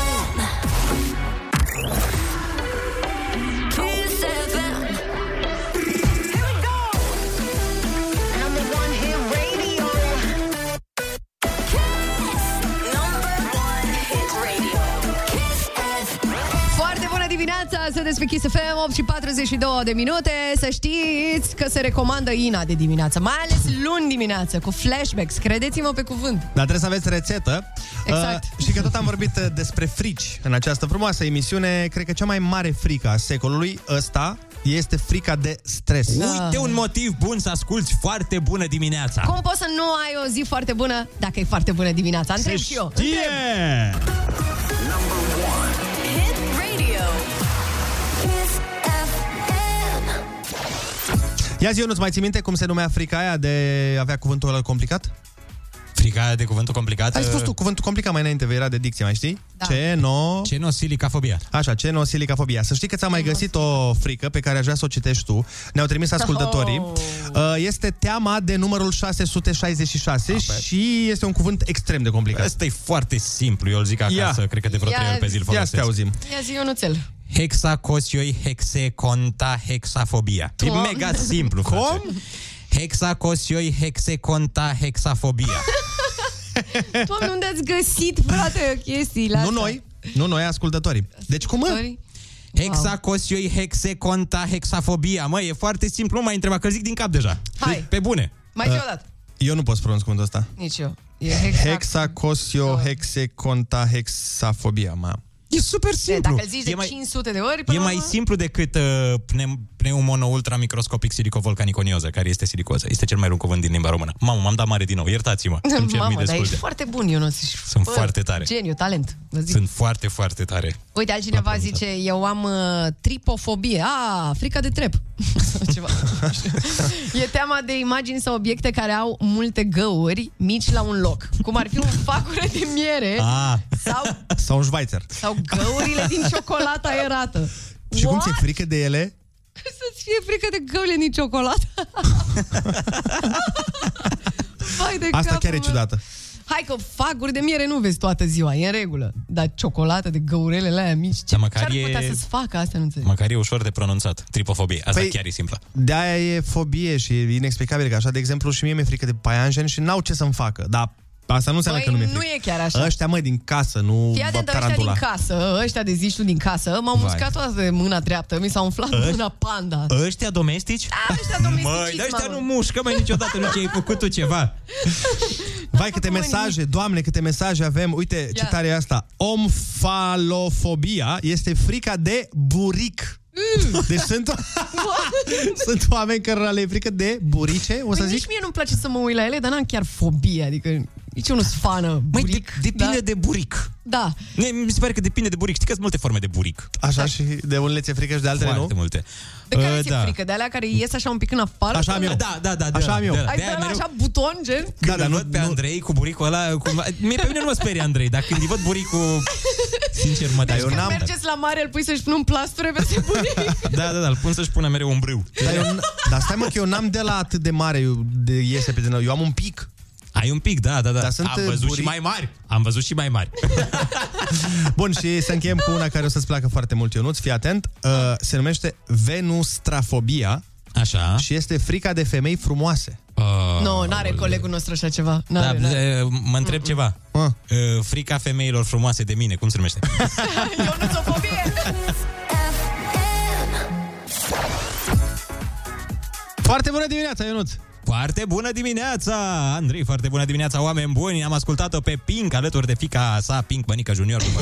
S10: Kiss FM. Here we go. Number one hit radio. Kiss. Number one hit radio. Kiss FM.
S3: Foarte bună dimineața, sunteți pe Kiss FM, 8 și 42 de minute. Să știți că se recomandă Ina de dimineață, mai ales luni dimineață, cu flashbacks, credeți-mă pe cuvânt.
S1: Dar trebuie să aveți rețetă.
S3: Exact.
S1: Uh, și că tot am vorbit uh, despre frici în această frumoasă emisiune, cred că cea mai mare frică a secolului ăsta este frica de stres.
S2: Da. Uite un motiv bun să asculti foarte bună dimineața.
S3: Cum poți să nu ai o zi foarte bună dacă e foarte bună dimineața? Întreb și eu.
S2: Yeah!
S10: Hit radio. Kiss FM.
S1: Ia zi, eu nu-ți mai ții minte cum se numea frica aia de avea cuvântul ăla complicat? Uh,
S2: Frica de cuvântul complicat. uh,
S1: Ai spus tu cuvântul complicat mai înainte, vei era de dicție, mai știi?
S3: Da.
S1: Ce, no... Ce?
S2: Cenosilicafobia.
S1: Așa, ce nosilicafobia. Să știi că ți-am mai găsit o frică pe care aș vrea să o citești tu. Ne-au trimis ascultătorii.
S3: Oh.
S1: Uh, Este teama de numărul 666 și este un cuvânt extrem de complicat.
S2: Asta e foarte simplu, eu îl zic acasă,
S1: Ia.
S2: cred că de vreo trei
S3: Ia.
S2: ori pe zi îl
S1: Ia să te
S2: folosesc.
S1: auzim.
S3: Ia zi,
S2: [LAUGHS]
S3: Ionuțel.
S2: Hexacosioi hexeconta hexafobia. E
S3: Doamne.
S2: mega simplu. Cum? Hexacosioi hexeconta
S1: [LAUGHS]
S2: hexafobia.
S3: Doamne, unde ați găsit, frate, chestiile
S1: Nu
S3: astea?
S1: noi, nu noi, ascultătorii. Deci cum mă?
S3: Sorry.
S2: Hexacosioi hexeconta hexafobia. Mă, e foarte simplu, nu mai întreba, că îl zic din cap deja.
S3: Hai.
S2: Pe bune.
S3: Mai zi o dată.
S1: Eu nu pot să pronunț cuvântul ăsta.
S3: Nici eu. E hexa.
S1: Hexa, cosio, hexe, conta, hexafobia, ma.
S2: E super
S3: E,
S2: simplu.
S3: Dacă îl zici de
S2: e mai,
S3: 500 de ori,
S2: e
S3: până la
S2: mai
S3: urmă-
S2: simplu decât uh, pneum- pneumono-ultramicroscopic silicovolcaniconioză, care este silicoză. Este cel mai lung cuvânt din limba română. Mamă, m-am dat mare din nou,
S3: [LAUGHS]
S2: iertați-mă. Îmi cer mii
S3: Mamă,
S2: de
S3: dar ești
S2: scuze.
S3: foarte bun, Ionuț. Ești,
S2: Sunt foarte tare.
S3: Geniu, talent. Vă zic.
S2: Sunt foarte, foarte tare.
S3: Uite, altcineva zice, eu am uh, tripofobie. A, frica de trep. [LAUGHS] Sau Ceva. Nu știu. e teama de imagini sau obiecte care au multe găuri mici la un loc. Cum ar fi un facură de miere
S2: Ah,
S3: sau,
S1: Sau un Schweizer.
S3: sau găurile din ciocolata aerată.
S1: Și cum
S3: What?
S1: ți-e frică de ele?
S3: Păi Să-ți fie frică de găurile din ciocolată? Vai de
S1: Asta
S3: capul
S1: chiar e
S3: meu.
S1: ciudată.
S3: Hai că faguri de miere nu vezi toată ziua, e în regulă. Dar ciocolată de găurelele alea mici, ce,
S2: Dar măcar
S3: ce-ar
S2: e-
S3: putea să-ți facă? Asta nu înțeleg.
S2: Măcar e ușor de pronunțat. Tripofobie. Asta
S1: Păi-
S2: chiar e simplă.
S1: De-aia e fobie și e inexplicabil, că așa, de exemplu, și mie mi-e frică de paianjen și n-au ce să-mi facă, dar asta nu înseamnă
S3: Băi,
S1: că Păi, nu mi-e
S3: Păi nu e
S1: frică.
S3: chiar așa.
S1: Ăștia, mă, din casă, nu
S3: Fii atent, dar ăștia
S1: tarantula.
S3: din casă, ăștia de zici tu din casă, m-au
S1: Vai. Ă-
S3: muscat toată de mâna dreaptă, mi s-a umflat
S2: Ăștia-
S3: mâna panda.
S2: Ăștia domestici?
S3: Da, ăștia domesticiți,
S2: Măi, dar ăștia
S3: mamă.
S2: nu mușcă mai niciodată, nu ce ai făcut tu
S3: [LAUGHS]
S2: ceva.
S1: Vai, câte mesaje, doamne, câte mesaje avem. Uite, ce
S3: Ia.
S1: tare e asta. Omfalofobia este frica de buric.
S3: Mm.
S1: Deci
S3: [LAUGHS]
S1: sunt, sunt oameni care le e frică de burice, o să
S3: Păi
S1: zic.
S3: nici mie nu-mi place să mă uit la ele, dar n-am chiar fobie, adică nici eu nu sunt fană
S2: Măi,
S3: buric.
S2: de- depinde
S3: da?
S2: de buric.
S3: Da,
S2: Ne, mi se pare că depinde de buric. Știi că sunt multe forme de buric.
S1: Așa și de unele ți-e frică și de altele
S2: Foarte
S1: nu?
S2: multe.
S3: de care
S2: Uh,
S3: ți-e frică? De alea care ies așa un pic în afară?
S1: da. Așa am eu.
S2: Da, da, da. de
S1: Așa
S2: ăla,
S1: am eu.
S2: de ăla.
S3: Ai
S2: De-aia
S3: dat la
S2: mereu-
S3: așa buton, gen?
S2: Când
S1: Da, dar
S2: îl
S1: nu-
S2: văd pe
S1: nu-
S2: Andrei cu buricul ăla, cumva... Mie pe mine nu mă sperie Andrei, dar când îi văd buricul, sincer mă dai
S1: eu
S2: un
S3: Când
S1: n-am-
S3: mergeți la mare, îl pui să-și pună un plasture
S1: [LAUGHS]
S3: peste bunic.
S2: Da, da, da, îl pun să-și pună mereu un brâu.
S1: Dar, eu, n- dar stai mă că eu n-am de la atât de mare eu- de iese pe din nou. Eu am un pic.
S2: Ai un pic, da, da, da.
S1: Dar sunt, uh,
S2: Am văzut
S1: buric-
S2: și mai mari. Am văzut și mai mari.
S1: Bun, și să încheiem cu una care o să-ți placă foarte mult, Ionuț. Fii atent. Uh, se numește venustrafobia
S3: Da.
S2: Așa.
S1: și este frica de femei frumoase.
S2: Uh,
S3: Nu, n-are colegul nostru așa ceva.
S2: Da,
S3: N-are, n-are.
S2: uh, mă întreb ceva.
S1: Ah.
S2: Uh, Frica femeilor frumoase de mine, cum se
S1: [LAUGHS]
S2: numește?
S3: Eu nu ți-o fobie.
S1: Foarte bună dimineața, Ionuț!
S2: Foarte bună dimineața, Andrei, foarte bună dimineața, oameni buni. Am ascultat-o pe Pink alături de fica sa, Pink Bănică Junior, după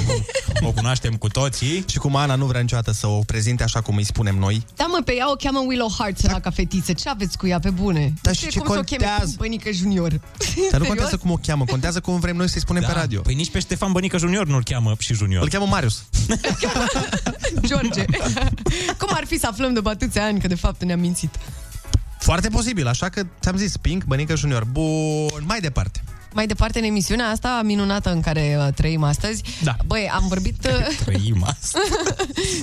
S2: cum o cunoaștem cu toții.
S1: Și cum Ana nu vrea niciodată să o prezinte așa cum îi spunem noi.
S3: Da, mă, pe ea o cheamă Willow Hart, săraca fetiță. Ce aveți cu ea, pe bune?
S1: Dar și ce
S3: cum să o
S1: contează?
S3: cheme? Bănică junior. [LAUGHS]
S1: Dar nu contează cum o cheamă, contează cum vrem noi să-i spunem da, pe radio.
S2: Păi nici pe Ștefan Bănică Junior nu-l cheamă și Junior.
S1: Îl cheamă Marius. [LAUGHS]
S3: George. cum ar fi să aflăm după atâția ani că de fapt ne-am mințit?
S1: Foarte posibil, așa că ți-am zis, Pink, Bănică Junior. Bun, mai departe.
S3: Mai departe, în emisiunea asta minunată în care uh, trăim astăzi,
S2: Da.
S3: băi, am vorbit... uh,
S2: Trăim asta.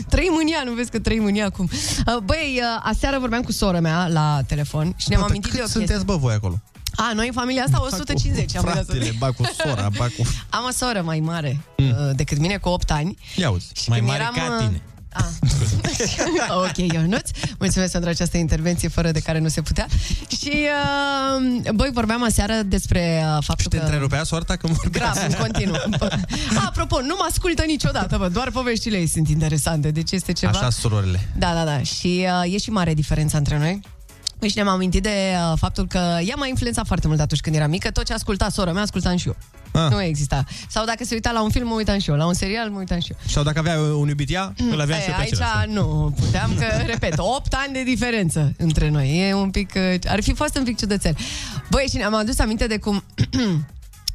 S3: trăim în ea, nu vezi că trăim în ea acum. Uh, Băi, uh, aseară vorbeam cu sora mea la telefon și ne-am
S1: Bă,
S3: amintit
S1: cât
S3: de o chestie.
S1: sunteți, bă, voi acolo?
S3: A, noi în familia asta 150 am vrea să-
S1: Fratele, ba cu sora, ba cu...
S3: Am o soră mai mare mm. decât mine, cu 8 ani.
S1: Ia uzi.
S3: [LAUGHS] Și
S2: Mai
S3: când
S2: mare ca
S3: uh,
S2: tine.
S3: A. [LAUGHS] ok, Ionuț. Mulțumesc pentru această intervenție fără de care nu se putea. Și, uh, băi, vorbeam aseară despre uh, faptul
S1: Și te
S3: că...
S1: întrerupea soarta când vorbeați?
S3: Grav, în
S1: [LAUGHS]
S3: continuu. Apropo, nu mă ascultă niciodată, bă, doar poveștile ei sunt interesante, deci este ceva...
S1: Așa, surorile.
S3: Da, da, da. Și uh, e și mare diferența între noi. Și ne-am amintit de uh, faptul că ea m-a influențat foarte mult atunci când era mică. Tot ce asculta sora mea, ascultam și eu.
S1: Ah.
S3: Ah. Nu exista. Sau dacă se uita la un film, mă uitam și eu. La un serial, mă uitam și eu.
S1: Sau dacă avea uh, un iubit ea,
S2: Îl aveam și
S3: Ei,
S2: eu pe
S3: aici
S2: același.
S3: nu puteam că, repet, 8 ani de diferență între noi. E un pic... uh, Ar fi fost un pic ciudățel. Băi, și ne-am adus aminte de cum [CLEARS THROAT]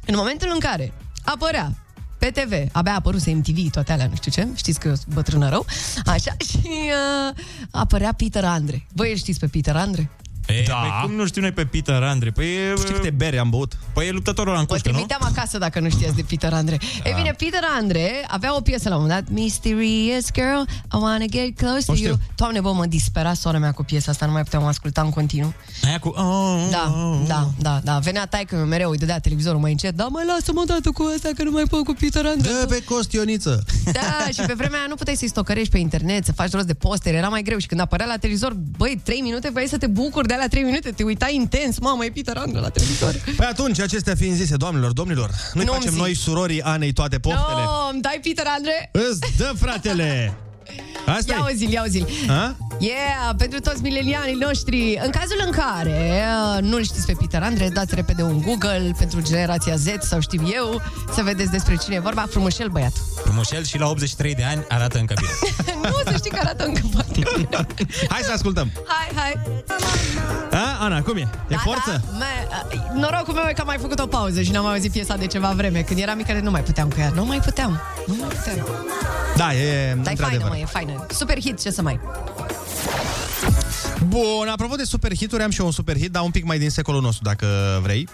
S3: în momentul în care apărea pe TV, abia apăruse MTV, toate alea, nu știu ce, știți că eu sunt bătrână rău, așa, [LAUGHS] și uh, apărea Peter Andre. Voi îl știți pe Peter Andre?
S2: E,
S1: Da.
S2: păi cum nu știu noi pe Peter Andre? Păi e,
S1: știi câte bere am băut?
S2: păi e luptătorul ăla în
S3: Vă
S2: cușcă, nu?
S3: trimiteam acasă dacă nu știați de Peter Andre. Da. E bine, Peter Andre avea o piesă la un moment dat, Mysterious Girl, I wanna get close to
S1: O știu.
S3: you. Doamne, bă, mă dispera sora mea cu piesa asta, nu mai puteam asculta în continuu.
S2: Aia cu... Oh,
S3: Da, da, da, da. Venea taică meu mereu, îi dădea televizorul mai încet, da, mai lasă-mă dată cu asta că nu mai pot cu Peter Andre.
S1: Dă pe costioniță!
S3: Da, și pe vremea aia nu puteai să-i stocărești pe internet, să faci rost de postere, era mai greu. Și când apărea la televizor, băi, 3 minute, vrei să te bucuri de la 3 minute, te uitai intens, mamă, e Peter Andre la televizor.
S1: Păi atunci, acestea fiind zise, doamnelor, domnilor, noi
S3: Nu-mi
S1: facem
S3: zic.
S1: noi surorii Anei toate poftele.
S3: No, îmi dai Peter Andre?
S1: Îți dă, fratele! asta
S3: Ia o zi, ia o zi. Yeah, pentru toți milenianii noștri. În cazul în care uh, nu-l știți pe Peter Andre, dați repede un Google pentru generația Z sau știu eu, să vedeți despre cine e vorba, frumușel băiat. [LAUGHS]
S2: Frumușel și la 83 de ani arată încă
S1: [LAUGHS]
S2: bine.
S3: nu, să știi că arată încă foarte bine.
S1: Hai să ascultăm!
S3: Hai, hai.
S1: A, Ana, cum e? E forță?
S3: Da, mă, norocul meu e că am mai făcut o pauză și n-am mai auzit piesa de ceva vreme. Când eram mică, nu mai puteam cu ea. Nu mai puteam. Nu mai puteam.
S1: Da,
S3: Dar
S1: e
S3: e faină,
S1: într-adevăr.
S3: mă, e faină. Super hit, ce să mai...
S1: Bun, apropo de super hituri, am și eu un super hit,
S3: [LAUGHS]
S1: dar un pic mai din secolul nostru, dacă vrei.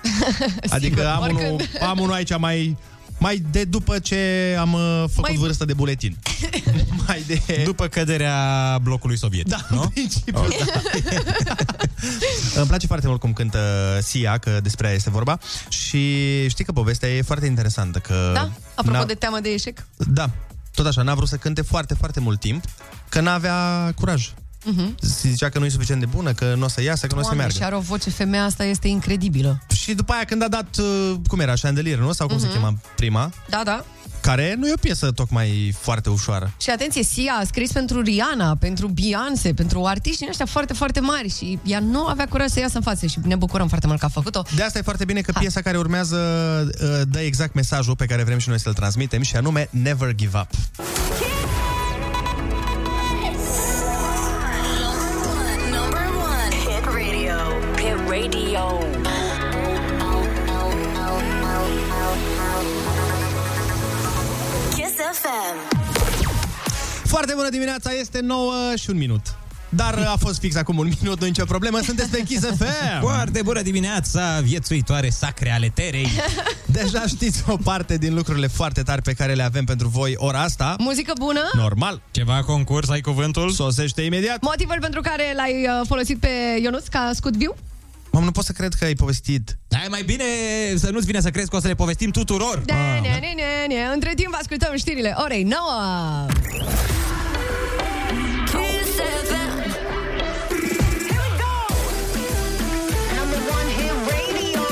S1: Adică am unul,
S3: oricând.
S1: am unul aici mai Mai de după ce am uh, făcut mai... vârsta de
S3: [LAUGHS]
S1: buletin. mai de...
S2: După căderea blocului sovietic, da, nu?
S1: [LAUGHS] Îmi place foarte mult cum cântă Sia, că despre aia este vorba. Și știi că povestea e foarte interesantă. Că
S3: Da? Apropo
S1: n-a-
S3: de teamă de eșec?
S1: Da, tot așa, n-a vrut să cânte foarte, foarte mult timp, că n-avea curaj.
S3: Mhm.
S1: Se zicea că nu e suficient de bună, că nu o să iasă, că nu o să
S3: Oameni,
S1: meargă.
S3: și are o voce, femeia asta este incredibilă.
S1: Și după aia când a dat, uh, cum era, Chandelier, nu? Sau cum se
S3: Mhm.
S1: chema prima,
S3: Da, da.
S1: care nu e o piesă tocmai foarte ușoară.
S3: Și atenție, Sia a scris pentru Rihanna, pentru Beyoncé, pentru artiști din ăștia foarte, foarte mari și ea nu avea curaj să iasă în față și ne bucurăm foarte mult că a făcut-o.
S1: De asta e foarte bine că
S3: Da.
S1: piesa care urmează uh, dă exact mesajul pe care vrem și noi să-l transmitem și anume Never Give Up.
S10: Number one hit radio. Hit radio. Kiss FM.
S1: Foarte bună dimineața, este 9 și un minut. Dar uh, a fost fix acum un minut, nu nicio problemă, sunteți pe Kiss FM!
S2: [LAUGHS] Foarte bună dimineața, viețuitoare sacre ale terei.
S1: Deja știți o parte din lucrurile foarte tari pe care le avem pentru voi ora asta.
S3: Muzică bună!
S1: [LAUGHS] Normal.
S2: Ceva concurs, ai cuvântul?
S1: Sosește imediat.
S3: Motivul pentru care l-ai uh, folosit pe Ionuț ca scut viu?
S1: Mamă, nu pot să cred că ai povestit.
S2: Da, e mai bine să nu-ți vine să crezi că o să le povestim tuturor.
S3: Da,
S1: Ah,
S3: ne, ne, ne, ne. Între timp ascultăm știrile orei 9.
S10: Kiss FM. Here we go. Number one hit radio.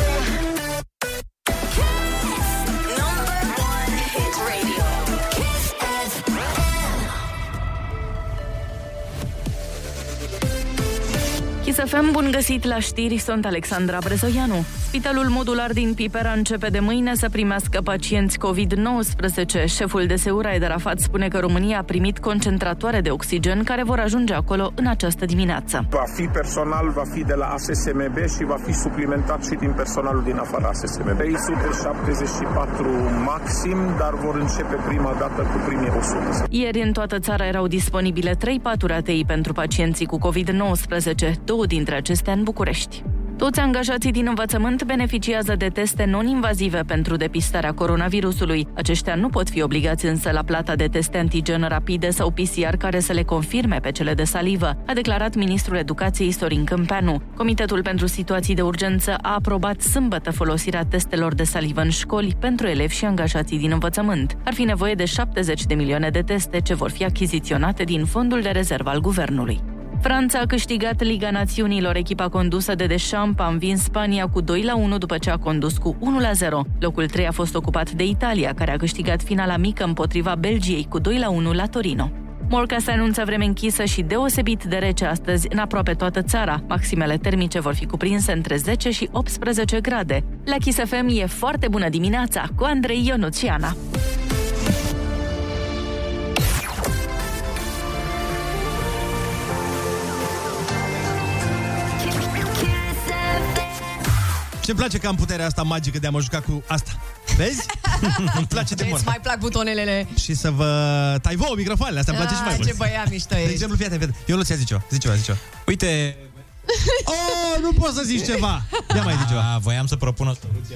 S10: Kiss. Number one hit radio. Kiss FM.
S4: Chisafem, bun găsit la știri, sunt Alexandra Brezoianu. Spitalul modular din Pipera începe de mâine să primească pacienți COVID-19. Șeful de Seura Ed Arafat spune că România a primit concentratoare de oxigen care vor ajunge acolo în această dimineață.
S13: Va fi personal, va fi de la ASSMB și va fi suplimentat și din personalul din afara ASSMB. 374 maxim, dar vor începe prima dată cu primii 100.
S4: Ieri în toată țara erau disponibile 3 paturi ATI pentru pacienții cu COVID-19, două dintre acestea în București. Toți angajații din învățământ beneficiază de teste non-invazive pentru depistarea coronavirusului. Aceștia nu pot fi obligați însă la plata de teste antigen rapide sau PCR care să le confirme pe cele de salivă, a declarat ministrul educației Sorin Câmpeanu. Comitetul pentru situații de urgență a aprobat sâmbătă folosirea testelor de salivă în școli pentru elevi și angajații din învățământ. Ar fi nevoie de 70 de milioane de teste ce vor fi achiziționate din fondul de rezervă al guvernului. Franța a câștigat Liga Națiunilor. Echipa condusă de Deschamps a învins Spania cu 2 la 1 după ce a condus cu 1 la 0. Locul 3 a fost ocupat de Italia, care a câștigat finala mică împotriva Belgiei cu 2 la 1 la Torino. Morca se anunță vreme închisă și deosebit de rece astăzi în aproape toată țara. Maximele termice vor fi cuprinse între 10 și 18 grade. La Kiss FM e foarte bună dimineața cu Andrei Ionuțiana.
S1: Ce-mi place că am puterea asta magică de a mă juca cu asta.
S3: [LAUGHS]
S1: Vezi? Îmi place de mult.
S3: Îți mai plac butonelele.
S1: Și să vă tai vouă microfoanele, asta îmi place și mai
S3: Ah,
S1: mult.
S3: Ce băia mișto
S1: De
S3: ești.
S1: exemplu, fii atent, fii atent. Eu nu ți-a zis ceva, zi ceva, zi ceva.
S2: Uite,
S1: Oh, nu poți să zici ceva. Ia mai zi ceva.
S2: a, voiam să propun o soluție.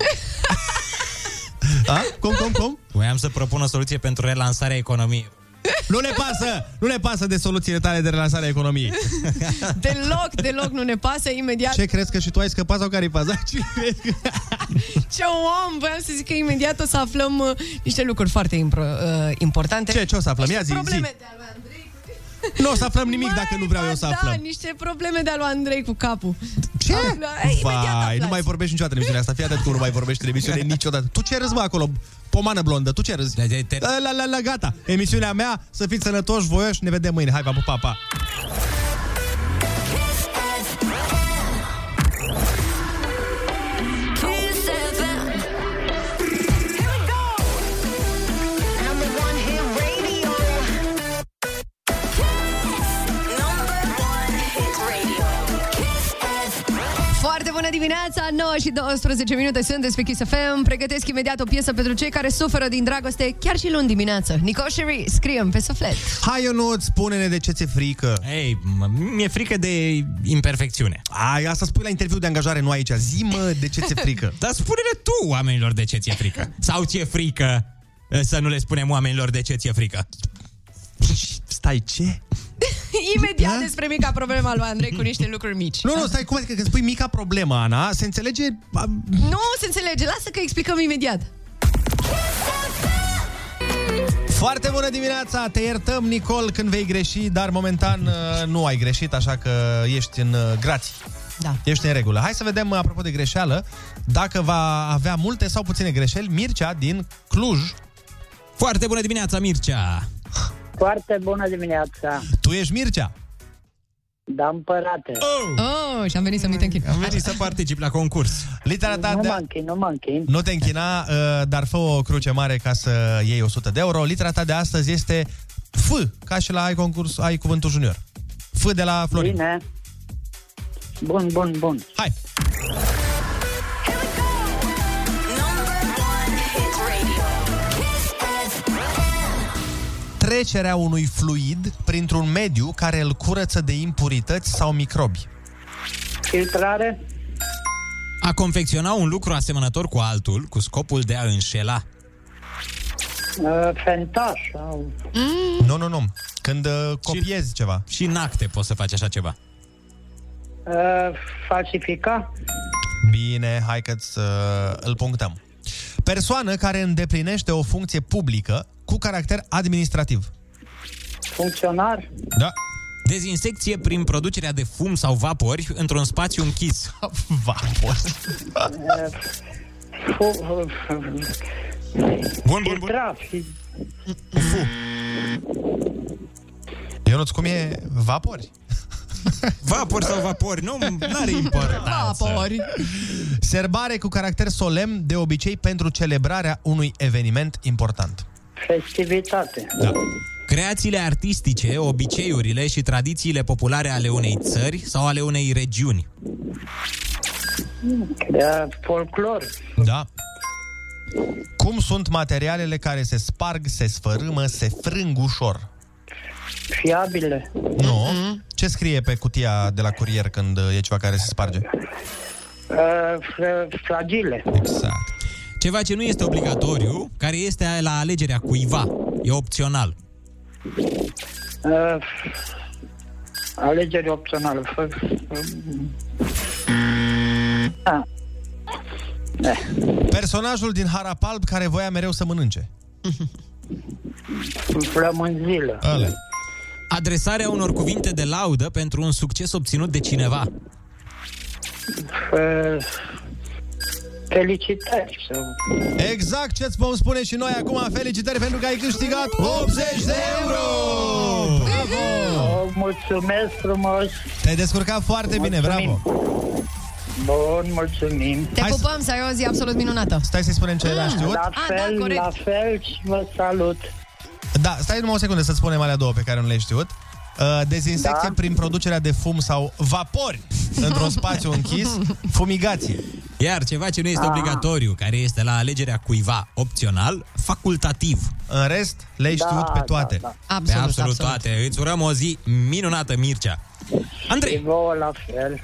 S1: A? Cum, cum, cum?
S2: Voiam să propun o soluție pentru relansarea economiei.
S1: Nu ne pasă, nu ne pasă de soluțiile tale de relansare a economiei.
S3: Deloc, deloc nu ne pasă imediat.
S1: Ce
S3: Ce,
S1: crezi că și tu ai scăpat sau care-i paza? Cine crezi că-
S3: om! Voiam să zic că imediat o să aflăm uh, niște lucruri foarte impro, uh, importante.
S1: Ce, ce o să aflăm? Ia zi,
S3: probleme
S1: zi.
S3: de al lui Andrei.
S1: Nu o să aflăm nimic
S3: Măi,
S1: dacă nu vreau
S3: ba
S1: eu să
S3: da,
S1: aflăm.
S3: niște probleme de al lui Andrei cu capul.
S1: Ce?
S3: Afla- Ei, imediat
S1: Vai,
S3: aflați.
S1: nu mai vorbești niciodată în emisiunea asta. Fii atent cum nu mai vorbești în [LAUGHS] emisiune niciodată. Tu ce râzi, mă, acolo? Pomană blondă, tu ce râzi?
S2: Da, da, te-
S1: A, La, la, la, gata. Emisiunea mea, să fiți sănătoși, voioși, ne vedem mâine. Hai, pa, pa, pa.
S10: Kiss FM. Here we go. Number one hit radio. Kiss. Number one hit radio. Kiss FM.
S3: Foarte bună dimineața! 9 și 12 minute sunt despre Kiss FM. Pregătesc imediat o piesă pentru cei care suferă din dragoste chiar și luni dimineață. Nicoșeri, scriem pe [LAUGHS] suflet.
S1: Hai, Ionut, spune-ne de ce ți-e frică.
S2: Ei, mi-e frică de imperfecțiune.
S1: Ai, asta spui la interviu de angajare, nu aici. Zi-mă de ce ți-e [LAUGHS] frică.
S2: Dar spune-le tu oamenilor de ce ți-e frică. Sau ți-e frică eh, să nu le spunem oamenilor de ce ți-e frică.
S1: Stai, ce?
S3: Imediat despre mica problema lui Andrei cu niște lucruri mici.
S1: Nu, nu, stai, cum adică când spui mica problemă, Ana, se înțelege... a,
S3: Nu se înțelege, lasă că explicăm imediat.
S1: Foarte bună dimineața! Te iertăm, Nicol, când vei greși, dar momentan uh, nu ai greșit, așa că ești în uh, grații.
S3: Da.
S1: Ești în regulă. Hai să vedem, apropo de greșeală, dacă va avea multe sau puține greșeli Mircea din Cluj.
S2: Foarte bună dimineața, Mircea!
S10: Foarte bună dimineața!
S1: Tu ești Mircea?
S10: Da, împărate!
S3: Oh, și am venit să mi te închin.
S2: Am venit să particip la concurs.
S1: Litera ta
S10: nu
S1: de...
S10: mă închin, nu mă închin.
S1: Nu te închina, uh, dar fă o cruce mare ca să iei 100 de euro. Litera ta de astăzi este F, ca și la ai concurs, ai cuvântul junior. F de la Florin.
S10: Bine. Bun, bun, bun.
S1: Hai! Trecerea unui fluid printr-un mediu care îl curăță de impurități sau microbi.
S10: Filtrare?
S2: A confecționa un lucru asemănător cu altul cu scopul de a înșela.
S10: Uh, fentaș? Sau...
S1: Nu, nu, nu. Când uh, copiezi ceva.
S2: Și în acte poți să faci așa ceva.
S10: Uh, falsifica?
S1: Bine, hai că uh, îl punctăm. Persoană care îndeplinește o funcție publică cu caracter administrativ.
S10: Funcționar?
S1: Da. [LAUGHS]
S2: Dezinsecție prin producerea de fum sau vapori într-un spațiu închis.
S1: Vapor.
S10: Fu- uh, uh,
S2: Bun, bun, bun.
S10: filtra? fi-
S1: Ionuț, cum e vapori?
S2: Vapor sau vapori, nu are importanță.
S3: Vapori.
S1: Serbare cu caracter solemn, de obicei pentru celebrarea unui eveniment important.
S10: Festivitate?
S2: Da. Creațiile artistice, obiceiurile și tradițiile populare ale unei țări sau ale unei regiuni.
S10: Da. Folclor?
S1: Da. Cum sunt materialele care se sparg, se sfărâmă, se frâng ușor?
S10: Fiabile?
S1: Nu. Ce scrie pe cutia de la curier când uh, e ceva care se sparge?
S10: Uh, f- fragile?
S1: Exact.
S2: Ceva ce nu este obligatoriu, care este la alegerea cuiva. E opțional.
S10: Uh, alegeri opționale? F- f- Ah. Eh,
S1: Personajul din Harapalb care voia mereu să mănânce.
S10: Flămânzilă?
S1: Ale.
S2: Adresarea unor cuvinte de laudă pentru un succes obținut de cineva.
S10: F- felicitări? Sau...
S1: Exact ce-ți vom spune și noi acum. Felicitări pentru că ai câștigat 80 de euro!
S10: Oh, mulțumesc frumos!
S1: Te-ai descurcat foarte bine, bravo!
S10: Mulțumim. Bun, mulțumim!
S3: Te
S1: Hai să-
S3: pupăm, să ai o zi absolut minunată.
S1: Stai să-i spunem ce a știut.
S10: La
S3: Ah, da,
S10: fel,
S3: corect.
S10: la fel și vă salut.
S1: Da, stai numai o secundă să spunem alea două pe care nu le-ai știut. Uh, Dezinsecție
S10: Da.
S1: prin producerea de fum sau vapori
S10: [LAUGHS]
S1: într-un spațiu închis, fumigație.
S2: Iar ceva ce nu
S1: Ah.
S2: este obligatoriu, care este la alegerea cuiva opțional, facultativ.
S1: În rest, le-ai
S10: Da,
S1: știut pe toate.
S10: Da,
S2: Pe
S3: Absolut,
S2: absolut,
S3: absolut.
S2: toate. Îți urăm o zi minunată, Mircea.
S10: da. Și
S2: Andrei,
S10: vouă la fel.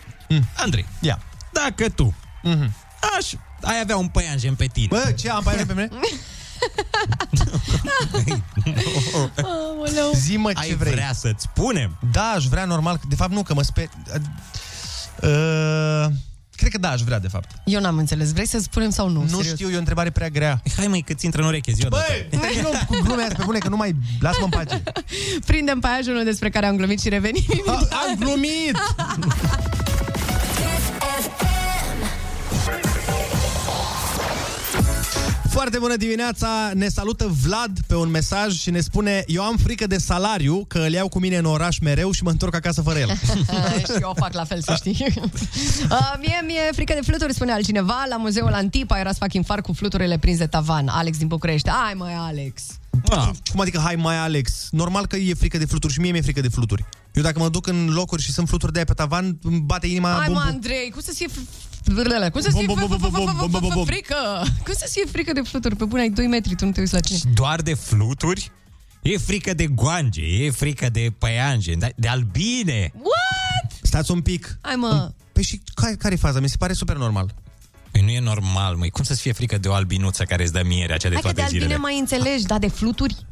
S2: Andrei,
S1: Ia.
S2: dacă tu
S1: Mhm.
S2: aș, ai avea un păianjen pe tine.
S1: Bă, ce am pe
S10: [LAUGHS]
S1: mine?
S3: Aoleu.
S1: Zi-mă
S2: ai
S1: ce vrei.
S2: vrea să-ți spunem?
S1: Da, aș vrea normal. De fapt, nu, că mă sper... Uh, cred că da, aș vrea, de fapt.
S3: Eu n-am înțeles. Vrei să spunem sau nu?
S1: Nu
S3: Serios.
S1: știu, e o întrebare prea grea.
S2: Hai mai că ți intră în ureche ziua
S1: Băi, nu cu glume astea pe bune, că nu mai... Lasă-mă în pace.
S3: Prindem paiajul despre care am glumit și revenim.
S1: A, [LAUGHS] am glumit! Foarte bună dimineața! Ne salută Vlad pe un mesaj și ne spune Eu am frică de salariu, că îl iau cu mine în oraș mereu și mă întorc acasă fără el. [LAUGHS]
S2: Ah.
S3: Uh, [LAUGHS] și eu fac la fel, să
S2: [LAUGHS]
S3: știi. Uh, mie mi-e frică de fluturi, spune altcineva. La muzeul Antipa era să fac infar cu fluturile prinse tavan. Alex din București. Ai măi, Alex!
S2: Ah.
S1: Da. Cum adică, hai mai Alex? Normal că e frică de fluturi și mie mi-e frică de fluturi. Eu dacă mă duc în locuri și sunt fluturi de aia pe tavan, îmi bate
S2: Ah,
S1: inima...
S3: Hai
S1: bum,
S3: mă,
S1: bum.
S3: Andrei, cum să-ți fie fr- cum să-ți fie
S1: Bum, bum, bum, bum, bum, bum, bum, bum.
S3: frică? Cum să-ți fie frică de fluturi? Pe bune, ai 2 metri, tu nu te uiți la cine.
S2: Doar de fluturi? E frică de goange, e frică de păianje, de- de albine.
S3: What?
S1: Stați un pic.
S3: Hai mă,
S1: Păi și care, care e faza? Mi se pare super normal.
S2: Păi nu e normal, măi. Cum să-ți fie frică de o albinuță care îți dă mierea cea de
S3: hai că de
S2: toate
S3: albine
S2: zilele?
S3: mai înțelegi, dar de fluturi?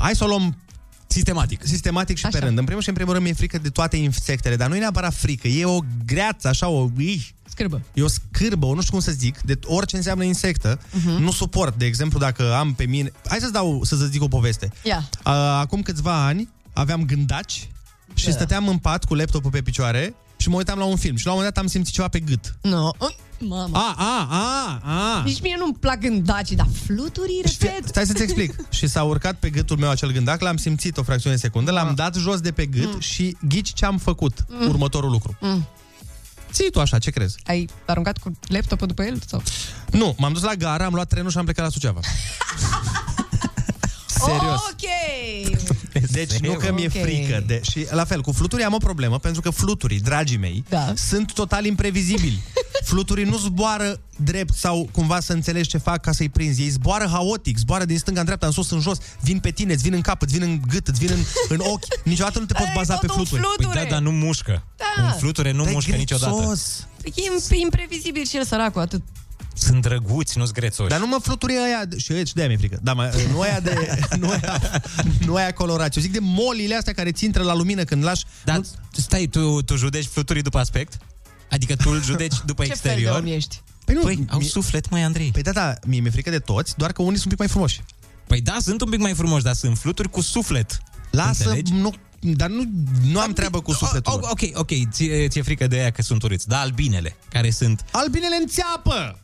S1: Hai să o luăm
S2: sistematic. Păi
S1: Sistematic și Așa. pe
S3: Așa.
S1: rând. În primul și în primul rând mi-e frică de toate insectele, dar nu e neapărat frică, e o greață, așa, o... Ih,
S3: Scârbă.
S1: E o scârbă, o nu știu cum să zic, de orice înseamnă insectă.
S3: Mhm.
S1: Uh-huh. Nu suport, de exemplu, dacă am pe mine... Hai să-ți dau, să-ți zic o poveste.
S3: Ia.
S1: A, Acum câțiva ani aveam gândaci și
S3: Da.
S1: stăteam în pat cu laptopul pe picioare și mă uitam la un film și la un moment dat am simțit ceva pe gât.
S3: Nu.
S2: Ah.
S3: Mamă.
S1: A, a, a, a.
S3: Nici mie nu-mi plac gândacii, dar fluturi,
S2: Deci
S3: repet.
S1: Stai să-ți [LAUGHS] explic. și s-a urcat pe gâtul meu acel gândac, l-am simțit o fracțiune de secundă, l-am dat jos de pe gât
S3: Mm.
S1: și ghici ce am făcut.
S3: Mm.
S1: Următorul lucru.
S3: Mm.
S1: Ții tu așa, ce crezi?
S3: Ai aruncat cu laptopul după el? Sau?
S1: Nu, m-am dus la gara, am luat trenul și am plecat la Suceava. Serios.
S3: [LAUGHS] Ok!
S1: [LAUGHS] Deci nu că mi-e
S3: Ok.
S1: frică de... Și la fel, cu fluturii am o problemă, pentru că fluturii, dragii mei, da. sunt total imprevizibili. fluturii nu zboară drept sau cumva să înțelegi ce fac ca să-i prinzi. Ei zboară haotic, zboară din stânga în dreapta, în sus, în jos, vin pe tine, îți vin în cap, îți vin în gât, îți vin în, în ochi. Niciodată nu te poți baza pe fluturi. Deci,
S2: Păi da, dar nu mușcă.
S3: Da.
S2: Un fluture nu
S1: Dar e
S2: mușcă niciodată.
S1: grețos.
S3: E im- imprevizibil și el săracul, atât.
S2: Sunt drăguți, nu-s grețoși.
S1: Dar nu mă fluturii aia, și aici de-aia mi-e frică, da, mă, nu aia de, [LAUGHS] nu aia, nu aia colorați. Eu zic de molile astea care ți intră la lumină când lași...
S2: Dar stai, tu, tu judeci fluturii după aspect? Adică tu îl
S3: [LAUGHS]
S2: judeci după
S1: Ce fel de
S2: exterior?
S1: om
S3: ești?
S1: Păi, nu,
S2: păi au
S1: mie-
S2: suflet, mai Andrei.
S1: Păi da, da, mie mi-e frică de toți, doar că unii sunt un pic mai frumoși.
S2: Păi da, sunt un pic mai frumoși, dar sunt fluturi cu suflet.
S1: Lasă,
S2: Înțelegi?
S1: nu, dar nu, nu am treabă cu sufletul.
S2: O,
S1: lor.
S2: ok, ok, ție, ți-e frică de aia că sunt urâți, dar albinele, care sunt...
S1: Albinele înțeapă!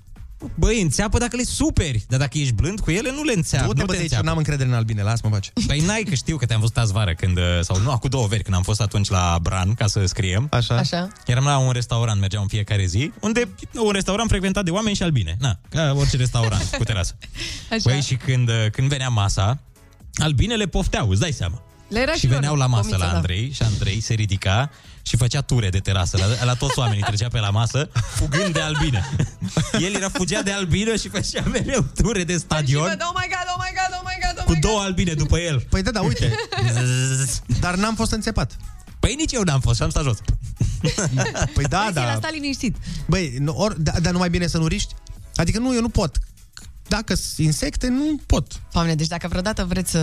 S2: Băi, înțeapă dacă le superi, dar dacă ești blând cu ele, nu le înțeapă.
S1: Du-te,
S2: nu
S1: bă,
S2: te
S1: de aici,
S2: înțeapă.
S1: n-am încredere în albine, lasă-mă pace.
S2: Păi n-ai, că știu că te-am văzut azi vară când, uh, sau nu, acum două veri, când am fost atunci la Bran, ca să scriem.
S1: Așa.
S3: Așa.
S2: Eram la un restaurant, mergeam în fiecare zi, unde un restaurant frecventat de oameni și albine. Na, ca orice restaurant
S1: [LAUGHS]
S2: cu terasă.
S3: Așa.
S2: Băi, Păi și când, uh, când venea masa, albinele pofteau, îți dai seama.
S3: Le era
S2: și
S3: lor
S2: veneau la masă
S3: pomiță,
S2: la
S3: da.
S2: Andrei și Andrei se ridica și făcea ture de terasă la, la toți oamenii, trecea pe la masă fugând de albine. El era fugea de albine și făcea mereu ture de
S3: Și
S2: stadion
S3: văd, oh my god, oh my god, oh my god, oh
S2: cu
S3: my
S2: două albine după el.
S1: Păi da, da,
S3: [LAUGHS]
S1: uite. Dar n-am fost înțepat.
S2: Păi nici eu n-am fost, am stat jos.
S1: Păi da,
S3: god. Da.
S1: da.
S3: Asta liniștit.
S1: Băi, nu, or, da, dar nu mai bine să nu riști? Adică nu, eu nu pot. Dacă sunt insecte, nu pot.
S3: Doamne, deci dacă vreodată vreți să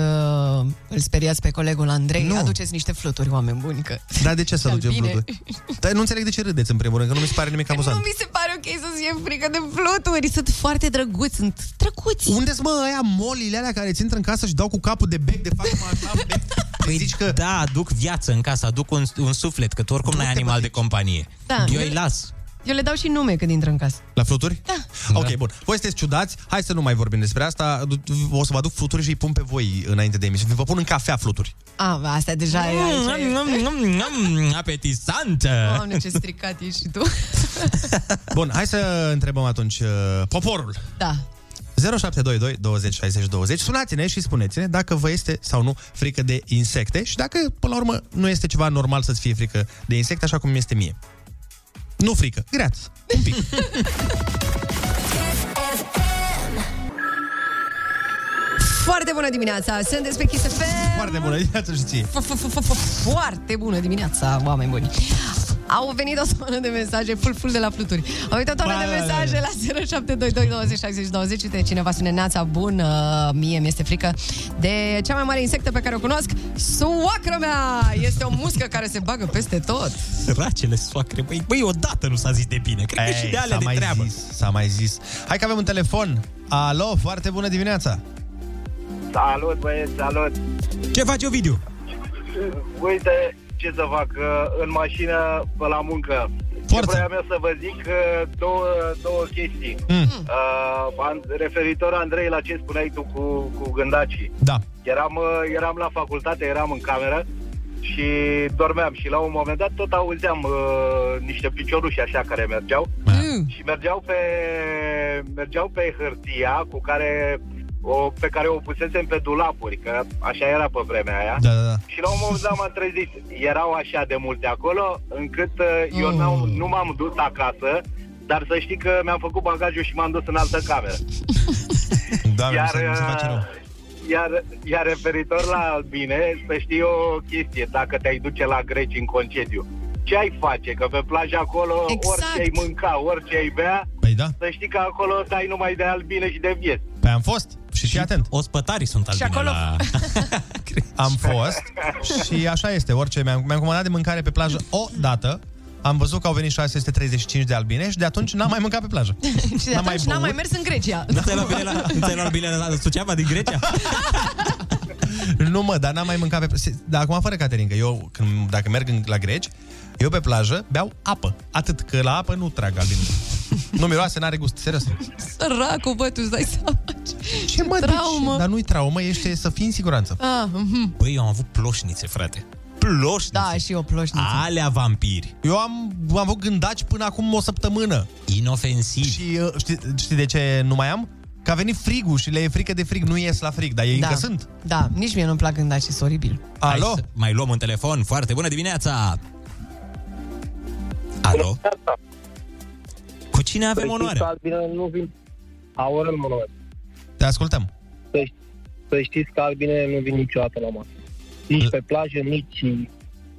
S3: îl speriați pe colegul Andrei, nu. aduceți niște fluturi, oameni buni, că...
S1: Dar de ce să ducem
S3: Albine.
S1: fluturi? Dar nu înțeleg de ce râdeți, în primul rând, că nu mi se pare nimic
S3: Nu
S1: amuzant.
S3: mi se pare ok să-ți fie frică de fluturi, sunt foarte drăguți, sunt drăguți.
S1: unde mă, aia molile alea care ți intră în casă și dau cu capul de bec, de fac mă așa,
S3: [LAUGHS]
S1: bec?
S2: Păi zici că... Da, aduc viață în casă, aduc un, un suflet, că tu oricum n-ai animal de companie.
S3: Da.
S2: Eu îi las.
S3: Eu le dau și nume când intră în casă.
S1: La fluturi? Da. Ok, bun. Voi sunteți ciudați, hai să nu mai vorbim despre asta. O să vă aduc fluturi și îi pun pe voi înainte de emisiune. Vă pun în cafea fluturi.
S3: A, ah, asta deja e
S2: Mm,
S3: aici. e-
S2: Apetisantă!
S3: Doamne, ce stricat ești și tu.
S1: Bun, hai să întrebăm atunci uh, poporul.
S3: Da.
S1: 0722 20 60 20. Sunați-ne și spuneți-ne dacă vă este sau nu frică de insecte și dacă, până la urmă, nu este ceva normal să-ți fie frică de insecte, așa cum este mie. Nu frică, greață, un
S2: [LAUGHS]
S1: pic.
S14: Foarte bună dimineața! Sunt despre Kiss FM.
S1: Foarte bună dimineața și ție.
S14: Foarte bună dimineața, oameni buni!
S3: Au venit o tonă de mesaje full, full de la fluturi. Au venit o tonă
S14: Ba,
S3: de
S14: da, da,
S3: mesaje
S14: da.
S3: la 0722 20 60 20. Uite, cineva spune, Neața, bun, uh, mie mi-este frică de cea mai mare insectă pe care o cunosc, soacră mea! Este o muscă care se bagă peste tot.
S2: Săracele soacre, băi, băi, odată nu s-a zis de bine. Cred că
S1: Ei,
S2: și de
S1: s-a
S2: alea de
S1: mai
S2: treabă.
S1: Zis, s-a mai zis. Hai că avem un telefon. Alo, foarte bună dimineața.
S16: Salut, băieți, salut!
S2: Ce faci, Ovidiu?
S16: Uite ce să fac, uh, în mașină pe la muncă. Ce vreau eu să vă zic uh, două, două chestii.
S1: Mm.
S16: Uh, an- referitor, Andrei, la ce spuneai tu cu, cu gândacii.
S1: Da.
S16: Eram, uh, eram la facultate, eram în cameră și dormeam și la un moment dat tot auzeam uh, niște picioruși așa care
S3: Mm.
S16: mergeau și mergeau pe, mergeau pe hârtia cu care o, pe care o pusesem pe dulapuri, că așa era pe vremea aia.
S1: Da, da, da.
S16: Și la un moment dat m-am trezit. Erau așa de multe acolo, încât uh, eu n-am,
S1: Oh.
S16: nu m-am dus acasă, dar să știi că mi-am făcut bagajul și m-am dus în altă cameră.
S1: Da,
S16: Iar,
S1: mi se,
S16: uh,
S1: mi
S15: uh,
S1: se face rău.
S16: Iar, iar referitor la albine, să știi o chestie, dacă te-ai duce la greci în concediu, ce ai face? Că pe plajă acolo
S10: Exact.
S16: orice ai mânca, orice ai bea,
S1: păi da.
S16: să știi că acolo dai numai de albine și de vieți.
S1: Păi am fost și, și atent.
S2: Ospătarii sunt
S16: Și
S2: albine
S16: acolo-
S2: la...
S1: Am fost și așa este, orice. Mi-am, mi-am comandat de mâncare pe plajă o dată, am văzut că au venit 635 de albine și de atunci n-am mai mâncat pe plajă.
S3: [LAUGHS] Și de
S1: N-am mai
S3: atunci n-am mai
S1: băut. Da.
S3: mers în Grecia.
S1: Nu ți-ai luat bilet la- nu ți-ai luat
S2: Albine la Suceava din Grecia?
S1: Nu mă, dar n-am mai mâncat pe... se- Dar acum fără catering, că eu când, dacă merg în- la greci, eu pe plajă beau apă. Atât că la apă nu trag
S3: [LAUGHS]
S1: albine. Nu miroase, n-are gust, serios.
S3: Săracu, bă, tu îți dai seama.
S1: Ce mă, traumă. Dar nu-i traumă, ești să fii în siguranță.
S3: Ah, mhm.
S2: Băi, eu am avut ploșnițe, frate. Ploșnițe.
S3: Da, și eu ploșniță.
S2: Alea vampiri.
S1: Eu am, am avut gândaci până acum o săptămână.
S2: Inofensiv.
S1: Și uh, știi, știi de ce nu mai am? Că a venit frigul și le e frică de frig, nu ies la frig, dar ei
S3: da.
S1: încă sunt.
S3: Da, nici mie nu-mi plac gândacii, sunt oribil.
S2: Alo? Hai să mai luăm un telefon. Foarte bună dimineața! Alo? Cu cine avem onoare?
S17: Albina nu vin. Aurel Monoare.
S1: Te ascultăm.
S17: Să, să știți că albine nu vin niciodată la masă. Nici pe plajă, nici...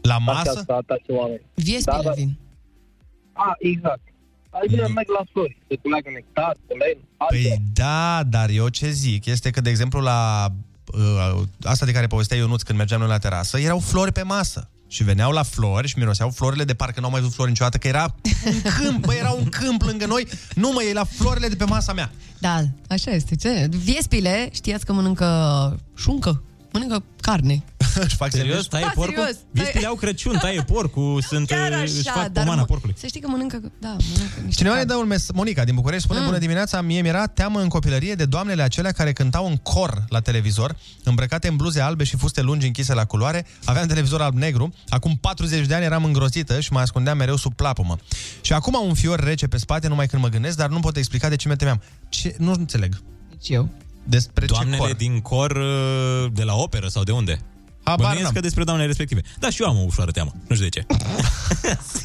S1: La
S17: masă? Asta, atace oameni.
S3: Viespile da, vin.
S17: A, exact. Albine merg la flori. Se culeagă nectar, polen,
S1: Păi da, dar eu ce zic este că, de exemplu, la uh, asta de care povestea Ionuț când mergeam noi la terasă, erau flori pe masă. Și veneau la flori și miroseau florile de parcă n-au mai văzut flori niciodată, că era un câmp, bă, era un câmp lângă noi, nu mă, e la florile de pe masa mea. [LAUGHS]
S3: Da, așa este. Ce? Viespile, știați că mănâncă șuncă? Mănâncă carne.
S1: Își fac
S2: serios? Taie
S3: Da,
S2: porcul?
S3: serios.
S2: Vistile au Crăciun, taie porcul, sunt,
S3: Chiar
S2: uh, își
S3: așa,
S2: fac comana
S3: mă-
S2: porcului.
S3: Să știi că mănâncă, da, mănâncă niște
S1: Cineva ne
S3: carne.
S1: dă un mesaj, Monica din București spune, mm. bună dimineața, mie mi-era teamă în copilărie de doamnele acelea care cântau în cor la televizor, îmbrăcate în bluze albe și fuste lungi închise la culoare, aveam televizor alb-negru, acum 40 de ani eram îngrozită și mă ascundeam mereu sub plapumă. Și acum am un fior rece pe spate numai când mă gândesc, dar nu pot explica de ce mi temeam. Ce? Nu înțeleg.
S3: Nici eu.
S1: Despre
S2: Doamnele
S1: ce Deci cor?
S2: din cor uh, de la operă sau de unde?
S1: Habar
S2: Bănuiesc
S1: n-am.
S2: că despre doamnele respective. Da, și eu am o ușoară teamă. Nu știu de
S1: [LAUGHS]
S2: ce.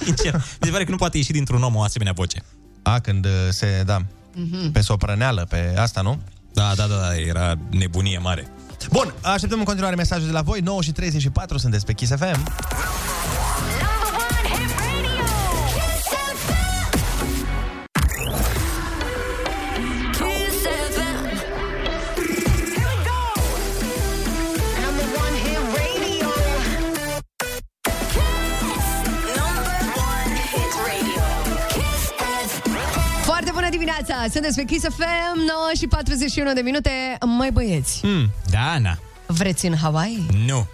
S2: Sincer. Mi se pare că nu poate ieși dintr-un om o asemenea voce.
S1: A, când uh, se, da,
S3: Mhm.
S1: pe soprăneală, pe asta, nu?
S2: Da, da, da, da, era nebunie mare.
S1: Bun, așteptăm în continuare mesaje de la voi, 9 și 34 sunteți pe Kiss FM.
S14: Foarte bună dimineața! Sunteți pe Kiss FM, 9 și 41 de minute. Mai băieți,
S1: Hmm.
S2: Mm. Da, Ana.
S14: vreți în Hawaii?
S2: Nu.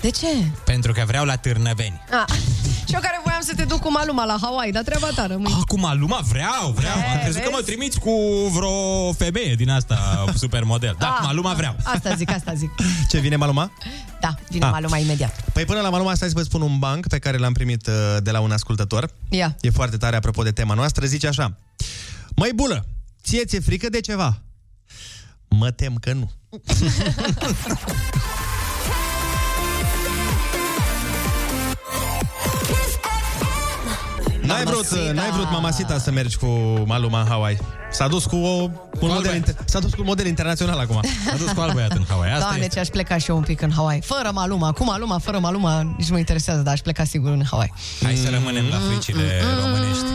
S14: De ce?
S2: Pentru că vreau la Târnăveni.
S14: Ah. [LAUGHS] Și eu care voiam să te duc cu Maluma la Hawaii, dar treaba ta rămâi.
S2: Acum, luma, vreau, vreau. Am crezut că mă trimiți cu vreo femeie din
S1: [LAUGHS]
S2: asta supermodel. Da,
S14: Ah.
S2: acum, luma, vreau.
S14: Asta zic, asta zic.
S1: Ce, vine Maluma?
S14: Da, vine
S1: Ah.
S14: Maluma imediat.
S1: Păi până la Maluma, stai să vă spun un banc pe care l-am primit uh, de la un ascultător.
S14: Ia.
S1: E foarte tare apropo de tema noastră. Zice așa. Măi bulă, ție ți-e frică de ceva? Mă tem că nu. N-ai vrut, uh, n-ai vrut, mamasita, să mergi cu Maluma în Hawaii. S-a dus cu o, un model, inter- s-a dus cu un model internațional acum.
S2: S-a dus cu alt băiat în Hawaii. Asta
S3: Doamne,
S2: este.
S3: ce aș pleca și eu un pic în Hawaii. Fără Maluma, cu Maluma, fără Maluma, nici nu mă interesează, dar aș pleca sigur în Hawaii.
S2: Hai
S1: Mm.
S2: să rămânem la fricile românești.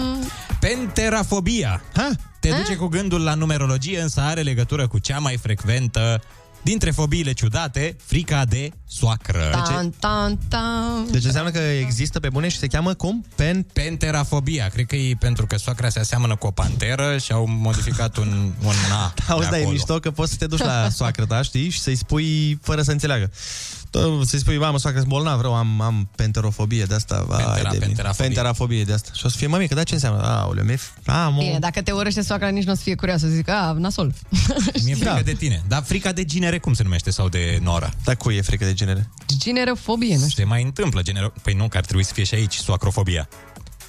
S2: Penterafobia.
S1: Ha?
S2: Te duce cu gândul la numerologie, însă are legătură cu cea mai frecventă dintre fobiile ciudate, frica de soacră.
S1: Da.
S3: Tan, tan, tan.
S1: Deci înseamnă că există pe bune și se cheamă cum? Pen...
S2: Penterafobia. Cred că e pentru că soacra se aseamănă cu o panteră și au modificat un, un
S1: [LAUGHS]
S2: A.
S1: Auzi,
S2: de
S1: da, e
S2: acolo.
S1: mișto că poți să te duci la soacră ta, știi? Și să-i spui fără să înțeleagă. Tot- Să-i spui, mamă, soacră, sunt bolnav, rău, am, am penterofobie de asta. Vai
S2: Pentera-
S1: de mine.
S2: penterafobie.
S1: penterafobie. de asta. Și o să fie, mămică, dar ce înseamnă? Aoleu, mi-e... f- Am, o-
S3: Bine, da." dacă te urăște soacra, nici nu o să fie curioasă. Zic, a, nasol.
S2: Mi-e
S3: [LAUGHS]
S1: Da.
S2: frică de tine. Dar frica de ginere cum se numește? Sau de Nora?
S1: Dar cui e frică de ginere?
S3: Ginerofobie, nu știu.
S1: [LAUGHS]
S2: Se mai întâmplă genero... Păi nu, că ar trebui să fie și aici soacrofobia.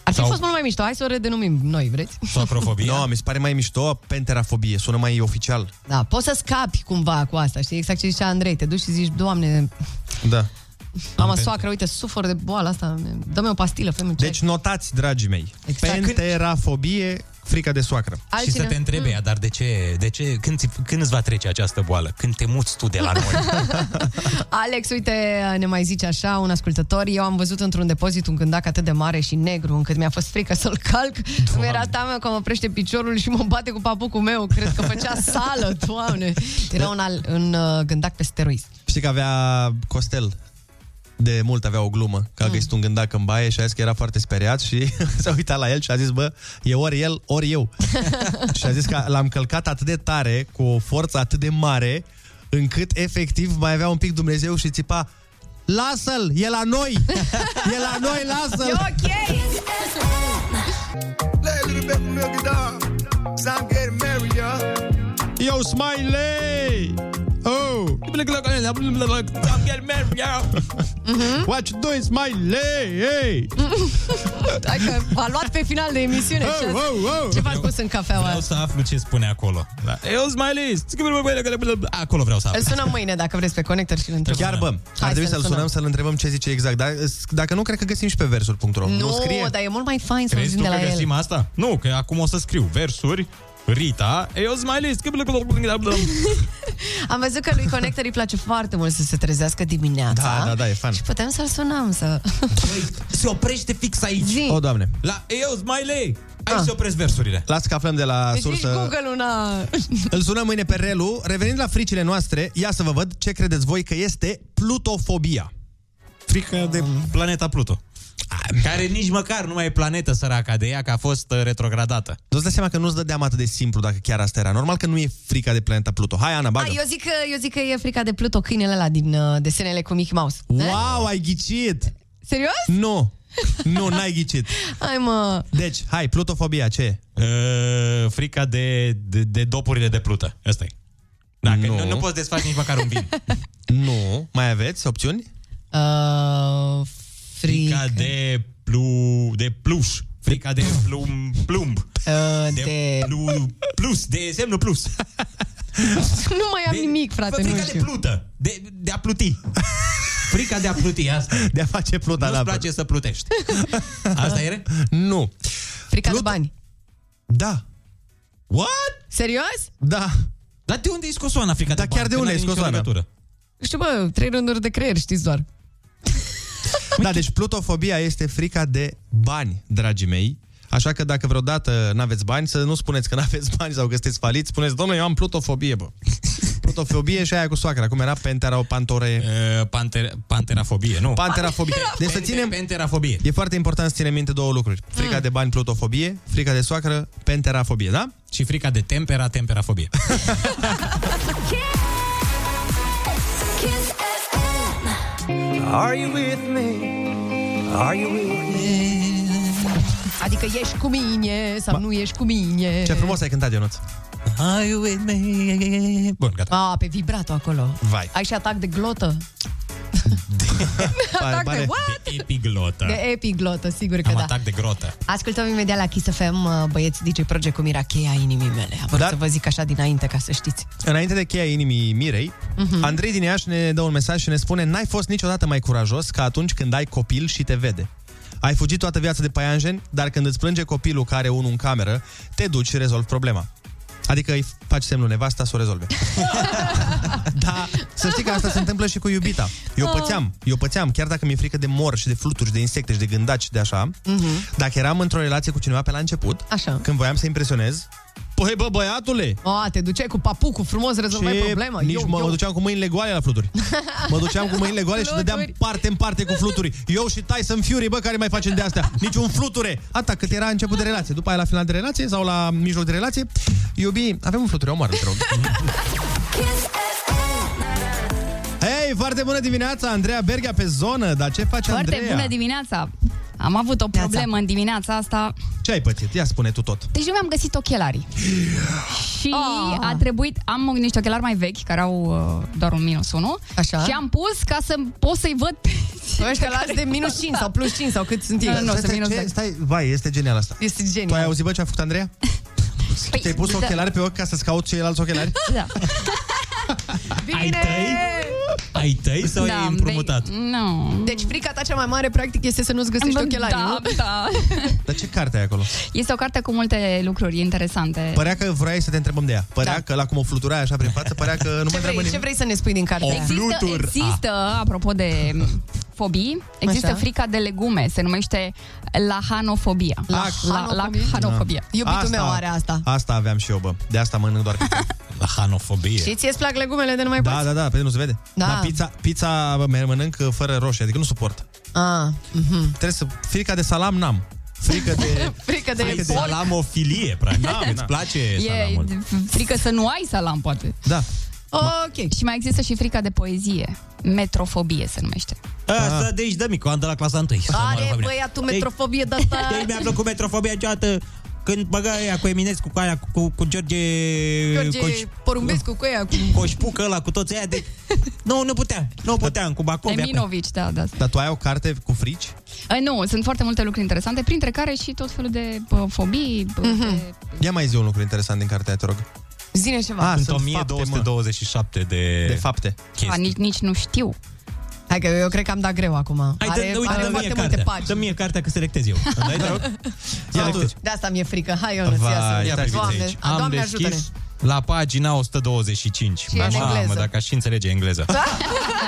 S3: Ar fi
S1: Sau-
S3: fost mult mai mișto. Hai să o redenumim noi, vreți?
S1: Socrofobie? Nu, no, mi se pare mai mișto penterafobie, sună mai oficial.
S3: Da, poți să scapi cumva cu asta, știi? Exact ce zicea Andrei, te duci și zici, Doamne,
S1: Da.
S3: mama soacră, uite, sufăr de boală asta, dă-mi o pastilă, fă un
S1: Deci notați, dragii mei. Penterafobie, frica de soacră.
S3: Altcine?
S2: Și să te întrebe ea, dar de ce, de ce când, ți- când îți va trece această boală? Când te muți tu de la [LAUGHS] noi?
S3: Alex, uite, ne mai zice așa un ascultător, eu am văzut într-un depozit un cândac atât de mare și negru încât mi-a fost frică să-l calc. Nu era teamă că mă oprește piciorul și mă bate cu papucul meu. Cred că făcea
S2: [LAUGHS]
S3: sală, doamne. Era un, al, un uh, gândac pe steroizi.
S1: Știi că avea Costel de mult avea o glumă, că a găsit un gândac în baie și a zis că era foarte speriat și [LAUGHS] s-a uitat la el și a zis, bă, e ori el, ori eu. și a zis că l-am călcat atât de tare, cu o forță atât de mare, încât efectiv mai avea un pic Dumnezeu și țipa, lasă-l, e la noi! E la noi, lasă-l!
S10: E ok!
S1: Yo, Smiley! Oh! What you doing, Smiley? Hey!
S3: Hai că v-a luat pe final de emisiune. Ce,
S2: Wow,
S1: Oh,
S2: wow, wow.
S3: ce v-ați pus în cafeaua?
S2: Vreau să aflu ce spune acolo. Da. Eu sunt mai list. Acolo vreau să
S3: Îl
S2: aflu.
S3: sunăm mâine dacă vreți pe Connector și îl întrebăm.
S1: Chiar bă, ar trebui să-l sunăm, să-l întrebăm ce zice exact. Dar, s- dacă nu, cred că găsim și pe versuri.ro.
S3: Nu,
S1: Nu, scrie?
S3: dar e mult mai fain să
S2: Crezi
S3: auzim
S2: tu
S3: de
S2: că
S3: la el.
S2: găsim asta? Nu, că acum o să scriu versuri, Rita, eu sunt mai list.
S3: Am văzut că lui Connector îi place foarte mult să se trezească dimineața.
S2: Da, da, da, e fan.
S3: Și putem să-l sunăm să... [LAUGHS]
S2: Se oprește fix aici. Ah.
S3: Zi.
S1: O, doamne.
S2: La eu Smiley. Aici se opresc versurile.
S1: Las că aflăm de la
S3: Deci nici
S1: sursă.
S3: Google una...
S1: Îl sunăm mâine pe Relu. Revenind la fricile noastre, ia să vă văd ce credeți voi că este plutofobia.
S2: Frică de planeta Pluto. Care nici măcar nu mai e planetă săraca de ea, că a fost uh, retrogradată.
S1: Tu îți dai seama că nu-ți dădeam atât de simplu dacă chiar asta era. Normal că nu e frica de planeta Pluto. Hai, Ana, bagă.
S3: A, eu, zic că, eu zic că e frica de Pluto, câinele ăla din uh, desenele cu Mickey Mouse. Eh?
S1: Wow, ai ghicit!
S3: Serios?
S1: Nu! Nu, n-ai
S3: [LAUGHS]
S1: ghicit.
S3: Hai mă...
S1: Deci, hai, plutofobia, ce e?
S2: Uh, frica de, de, de dopurile de plută. Asta e. Dacă
S1: Nu.
S2: Da, nu. Nu, poți desfaci nici măcar un [LAUGHS] vin.
S1: Nu. Mai aveți opțiuni? [LAUGHS]
S3: Uh, frica
S2: frica de plu, de pluș. Frica de plum, plumb.
S3: Uh, de...
S2: Plu, plus, de semnul plus.
S3: [LAUGHS] nu mai am
S2: De-
S3: nimic, frate,
S2: frica
S3: nu
S2: de
S3: știu.
S2: plută. De, de a pluti. Frica de a pluti, asta
S1: De a face pluta
S2: Nu-ți place să plutești. Asta era?
S1: Nu.
S3: Frica de bani.
S1: Da.
S2: What?
S3: Serios?
S1: Da.
S2: Dar de unde ai scos Oana frica
S1: Dar
S2: de
S1: chiar de unde ai scos Oana?
S3: Nu Știu, bă, trei rânduri de creier, știți doar.
S2: Păi
S1: Da, deci plutofobia este frica de bani, dragii mei. Așa că dacă vreodată n-aveți bani, să nu spuneți că n-aveți [LAUGHS] bani sau că sunteți faliți, spuneți, domnule, eu am plutofobie,
S2: [LAUGHS]
S1: bă. Plutofobie și aia cu soacra, cum era pentera o pantore...
S2: Panter, panterafobie, nu. [LAUGHS]
S1: Panterafobie. Deci să ținem...
S2: Penterafobie.
S1: E foarte important să ținem minte două lucruri. Frica de bani, plutofobie, frica de soacră, penterafobie, da?
S2: Și frica de tempera, temperafobie.
S12: Are you with me? Are you with
S3: Adică ești cu mine sau nu ești cu mine.
S1: Ce frumos ai cântat, Ionuț.
S2: Are you with me? Bun, gata.
S3: A, pe vibrato acolo.
S1: Vai.
S3: Ai și atac de glotă?
S1: Pare,
S3: Atac de what?
S2: De epiglotă.
S3: De
S1: Da.
S3: epiglotă, sigur că
S2: Am
S3: da.
S2: atac de grotă.
S3: Ascultăm imediat la Kiss FM uh, băieți DJ Project cu Mira cheia inimii mele. Am vrut
S1: Dar-
S3: să vă zic așa dinainte ca să știți.
S1: Înainte de cheia inimii Mirei, Andrei din Iași ne dă un mesaj și ne spune N-ai fost niciodată mai curajos ca atunci când ai copil și te vede. Ai fugit toată viața de paianjen, dar când îți plânge copilul care unul în cameră, te duci și rezolvi problema. Adică îi faci semnul nevasta să o rezolve. da, să știi că asta se întâmplă și cu iubita. Eu pățeam, eu pățeam, chiar dacă mi-e frică de mor și de fluturi, și de insecte și de gândaci și de așa. Dacă eram într-o relație cu cineva pe la început,
S3: Așa.
S1: când voiam să impresionez, Păi bă, băiatule,
S3: A, te duceai cu papucul frumos, rezolvai
S1: ce-
S3: problema.
S1: Nici
S3: eu,
S1: mă,
S3: eu.
S1: mă duceam cu mâinile goale la fluturi. Mă duceam cu mâinile goale și
S3: Fluturi.
S1: dădeam parte în parte cu fluturi. Eu și Tyson Fury, bă, care mai facem de astea? Niciun fluture. Ata, cât era început de relație. După aia la final de relație sau la mijloc de relație. Iubi, avem un fluture, omoară, te rog. Hei, foarte bună dimineața, Andreea Berghea pe zonă, dar ce face
S18: Foarte
S1: Andreea?
S18: bună dimineața! Am avut o problemă în dimineața asta.
S1: Ce ai pățit? Ia spune tu tot.
S18: Deci nu mi-am găsit ochelarii. și oh.
S3: Ah.
S18: a trebuit, am niște ochelari mai vechi, care au uh, doar un minus 1.
S3: Așa.
S18: Și am pus ca să pot să-i văd [LAUGHS] pe
S3: Ăștia la de minus 5 sau plus 5 sau cât sunt ei.
S1: Stai, stai, ce- Stai, vai, este genial asta.
S3: Este genial.
S1: Tu ai auzit, bă, ce a făcut Andreea?
S18: [LAUGHS] Păi,
S1: Te-ai pus
S18: da.
S1: ochelari pe ochi ca să-ți cauți ceilalți ochelari?
S18: Da.
S3: Bine!
S2: Ai tăi sau da, ai împrumutat?
S18: Nu.
S3: Deci frica ta cea mai mare, practic, este să nu-ți găsești ochelarii,
S18: da,
S3: nu?
S18: da.
S1: Dar ce carte ai acolo?
S18: Este o carte cu multe lucruri interesante.
S1: Părea că vrei să te întrebăm de ea. Părea că la cum o fluturai așa prin față, părea că nu mai
S3: Da. Ce
S1: întreabă
S3: vrei, ce
S1: nimic.
S3: vrei să ne spui din carte?
S1: O
S18: Există,
S1: flutur.
S18: există apropo de mm, fobii, există
S3: Așa.
S18: frica de legume, se numește lahanofobia.
S1: Ah,
S18: la, la, lahanofobie.
S1: Da. Asta aveam și eu, bă. De asta mănânc doar pizza. La hanofobie.
S3: Și ție-ți plac legumele de nu mai
S1: da,
S3: poți?
S1: da, da, pe nu se vede.
S3: Da.
S1: Dar pizza, pizza bă, mai mănânc uh, fără roșii, adică nu suport.
S3: Ah, [LAUGHS] mhm.
S1: Trebuie să... Frica de salam n-am. Frică de...
S3: Frică [LAUGHS] de porc.
S1: salamofilie, practic.
S2: Da,
S1: Îți place
S18: E frică să nu ai salam, poate.
S1: Da.
S18: Ok. Și mai există și frica de poezie. Metrofobie se numește.
S2: Asta de aici dă micoan de la clasa 1.
S18: Are, băiatul,
S3: metrofobie de asta.
S2: Deci mi-a plăcut metrofobia niciodată. Când băga aia cu Eminescu, cu aia, cu, cu George...
S3: George
S2: Coș-
S3: Porumbescu cu ea, cu...
S2: Coșpucă ăla, cu toți aia, de... Nu, nu puteam, nu puteam, cu Bacovia.
S18: Eminovici, da, da.
S1: Dar tu ai o carte cu frici?
S18: Eh, Nu, sunt foarte multe lucruri interesante, printre care și tot felul de bă, fobii. uh, Bă, de...
S1: Ia mai zi un lucru interesant din cartea, te rog.
S18: Zine ceva.
S1: Ah,
S2: Sunt
S1: sunt
S2: 1227 de...
S1: De fapte.
S18: A, nici, nici nu știu.
S3: Hai că eu cred că am dat greu acum.
S2: Hai,
S3: are
S2: dă, uite,
S3: are
S2: dă
S3: foarte
S2: mie
S3: multe
S2: cartea.
S3: pagini.
S2: Dă mie cartea că selectez eu. Îmi dai, te rog? Ia lectezi.
S3: De asta mi-e frică. Hai, Ionuț, ia să-
S2: Vai, ia priviți
S3: Doamne,
S2: aici.
S3: a,
S2: Am
S3: Doamne ajută-ne.
S2: deschis la pagina 125.
S3: în engleză. Da?
S2: dacă aș și înțelege engleza. [LAUGHS]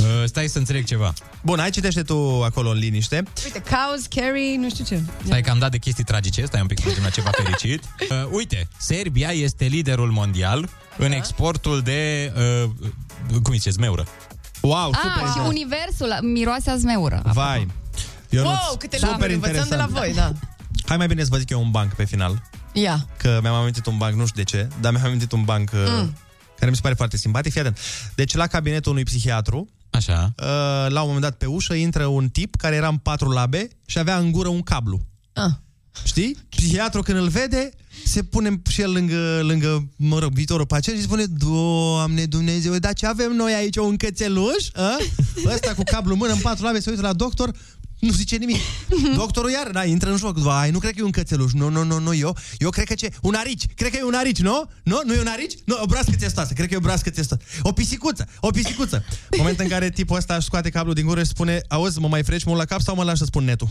S2: Uh, Stai să înțeleg ceva.
S1: Bun, hai citește tu acolo în liniște.
S3: Uite, cows, carry, nu știu ce.
S2: Stai că am dat de chestii tragice, stai un pic să mergem la ceva fericit. Uh, uite, Serbia este liderul mondial în
S18: Da.
S2: exportul de, uh, cum zice, zmeură. Wow,
S18: A, Ah, și universul miroase a zmeură.
S1: Vai. Ionuț,
S18: Wow, câte
S1: super
S18: lucruri învățăm
S1: interesant.
S18: de la voi, da.
S1: Hai mai bine să vă zic eu un banc pe final.
S3: Ia.
S1: Că mi-am amintit un banc, nu știu de ce, dar mi-am amintit un banc uh,
S3: Mm.
S1: care mi se pare foarte simpatic. Fii atent. Deci la cabinetul unui psihiatru,
S2: Așa.
S1: Uh, la un moment dat pe ușă intră un tip care era în patru labe și avea în gură un cablu.
S3: Ah.
S1: Știi? Psihiatru când îl vede, se pune și el lângă, lângă mă rog, viitorul pacient și spune Doamne Dumnezeu, dar ce avem noi aici? Un cățeluș? A? Ăsta cu cablu în mână în patru labe se uită la doctor nu zice nimic. Doctorul iar, da, intră în joc. Vai, nu cred că e un cățeluș. Nu, nu, nu, nu, eu. Eu cred că ce? Un arici. Cred că e un arici, nu? Nu? Nu e un arici? Nu, o broască testoasă. Cred că e o broască testoasă. O pisicuță. O pisicuță. Moment în care tipul ăsta își scoate cablul din gură și spune Auzi, mă mai freci mult la cap sau mă lași să spun netul?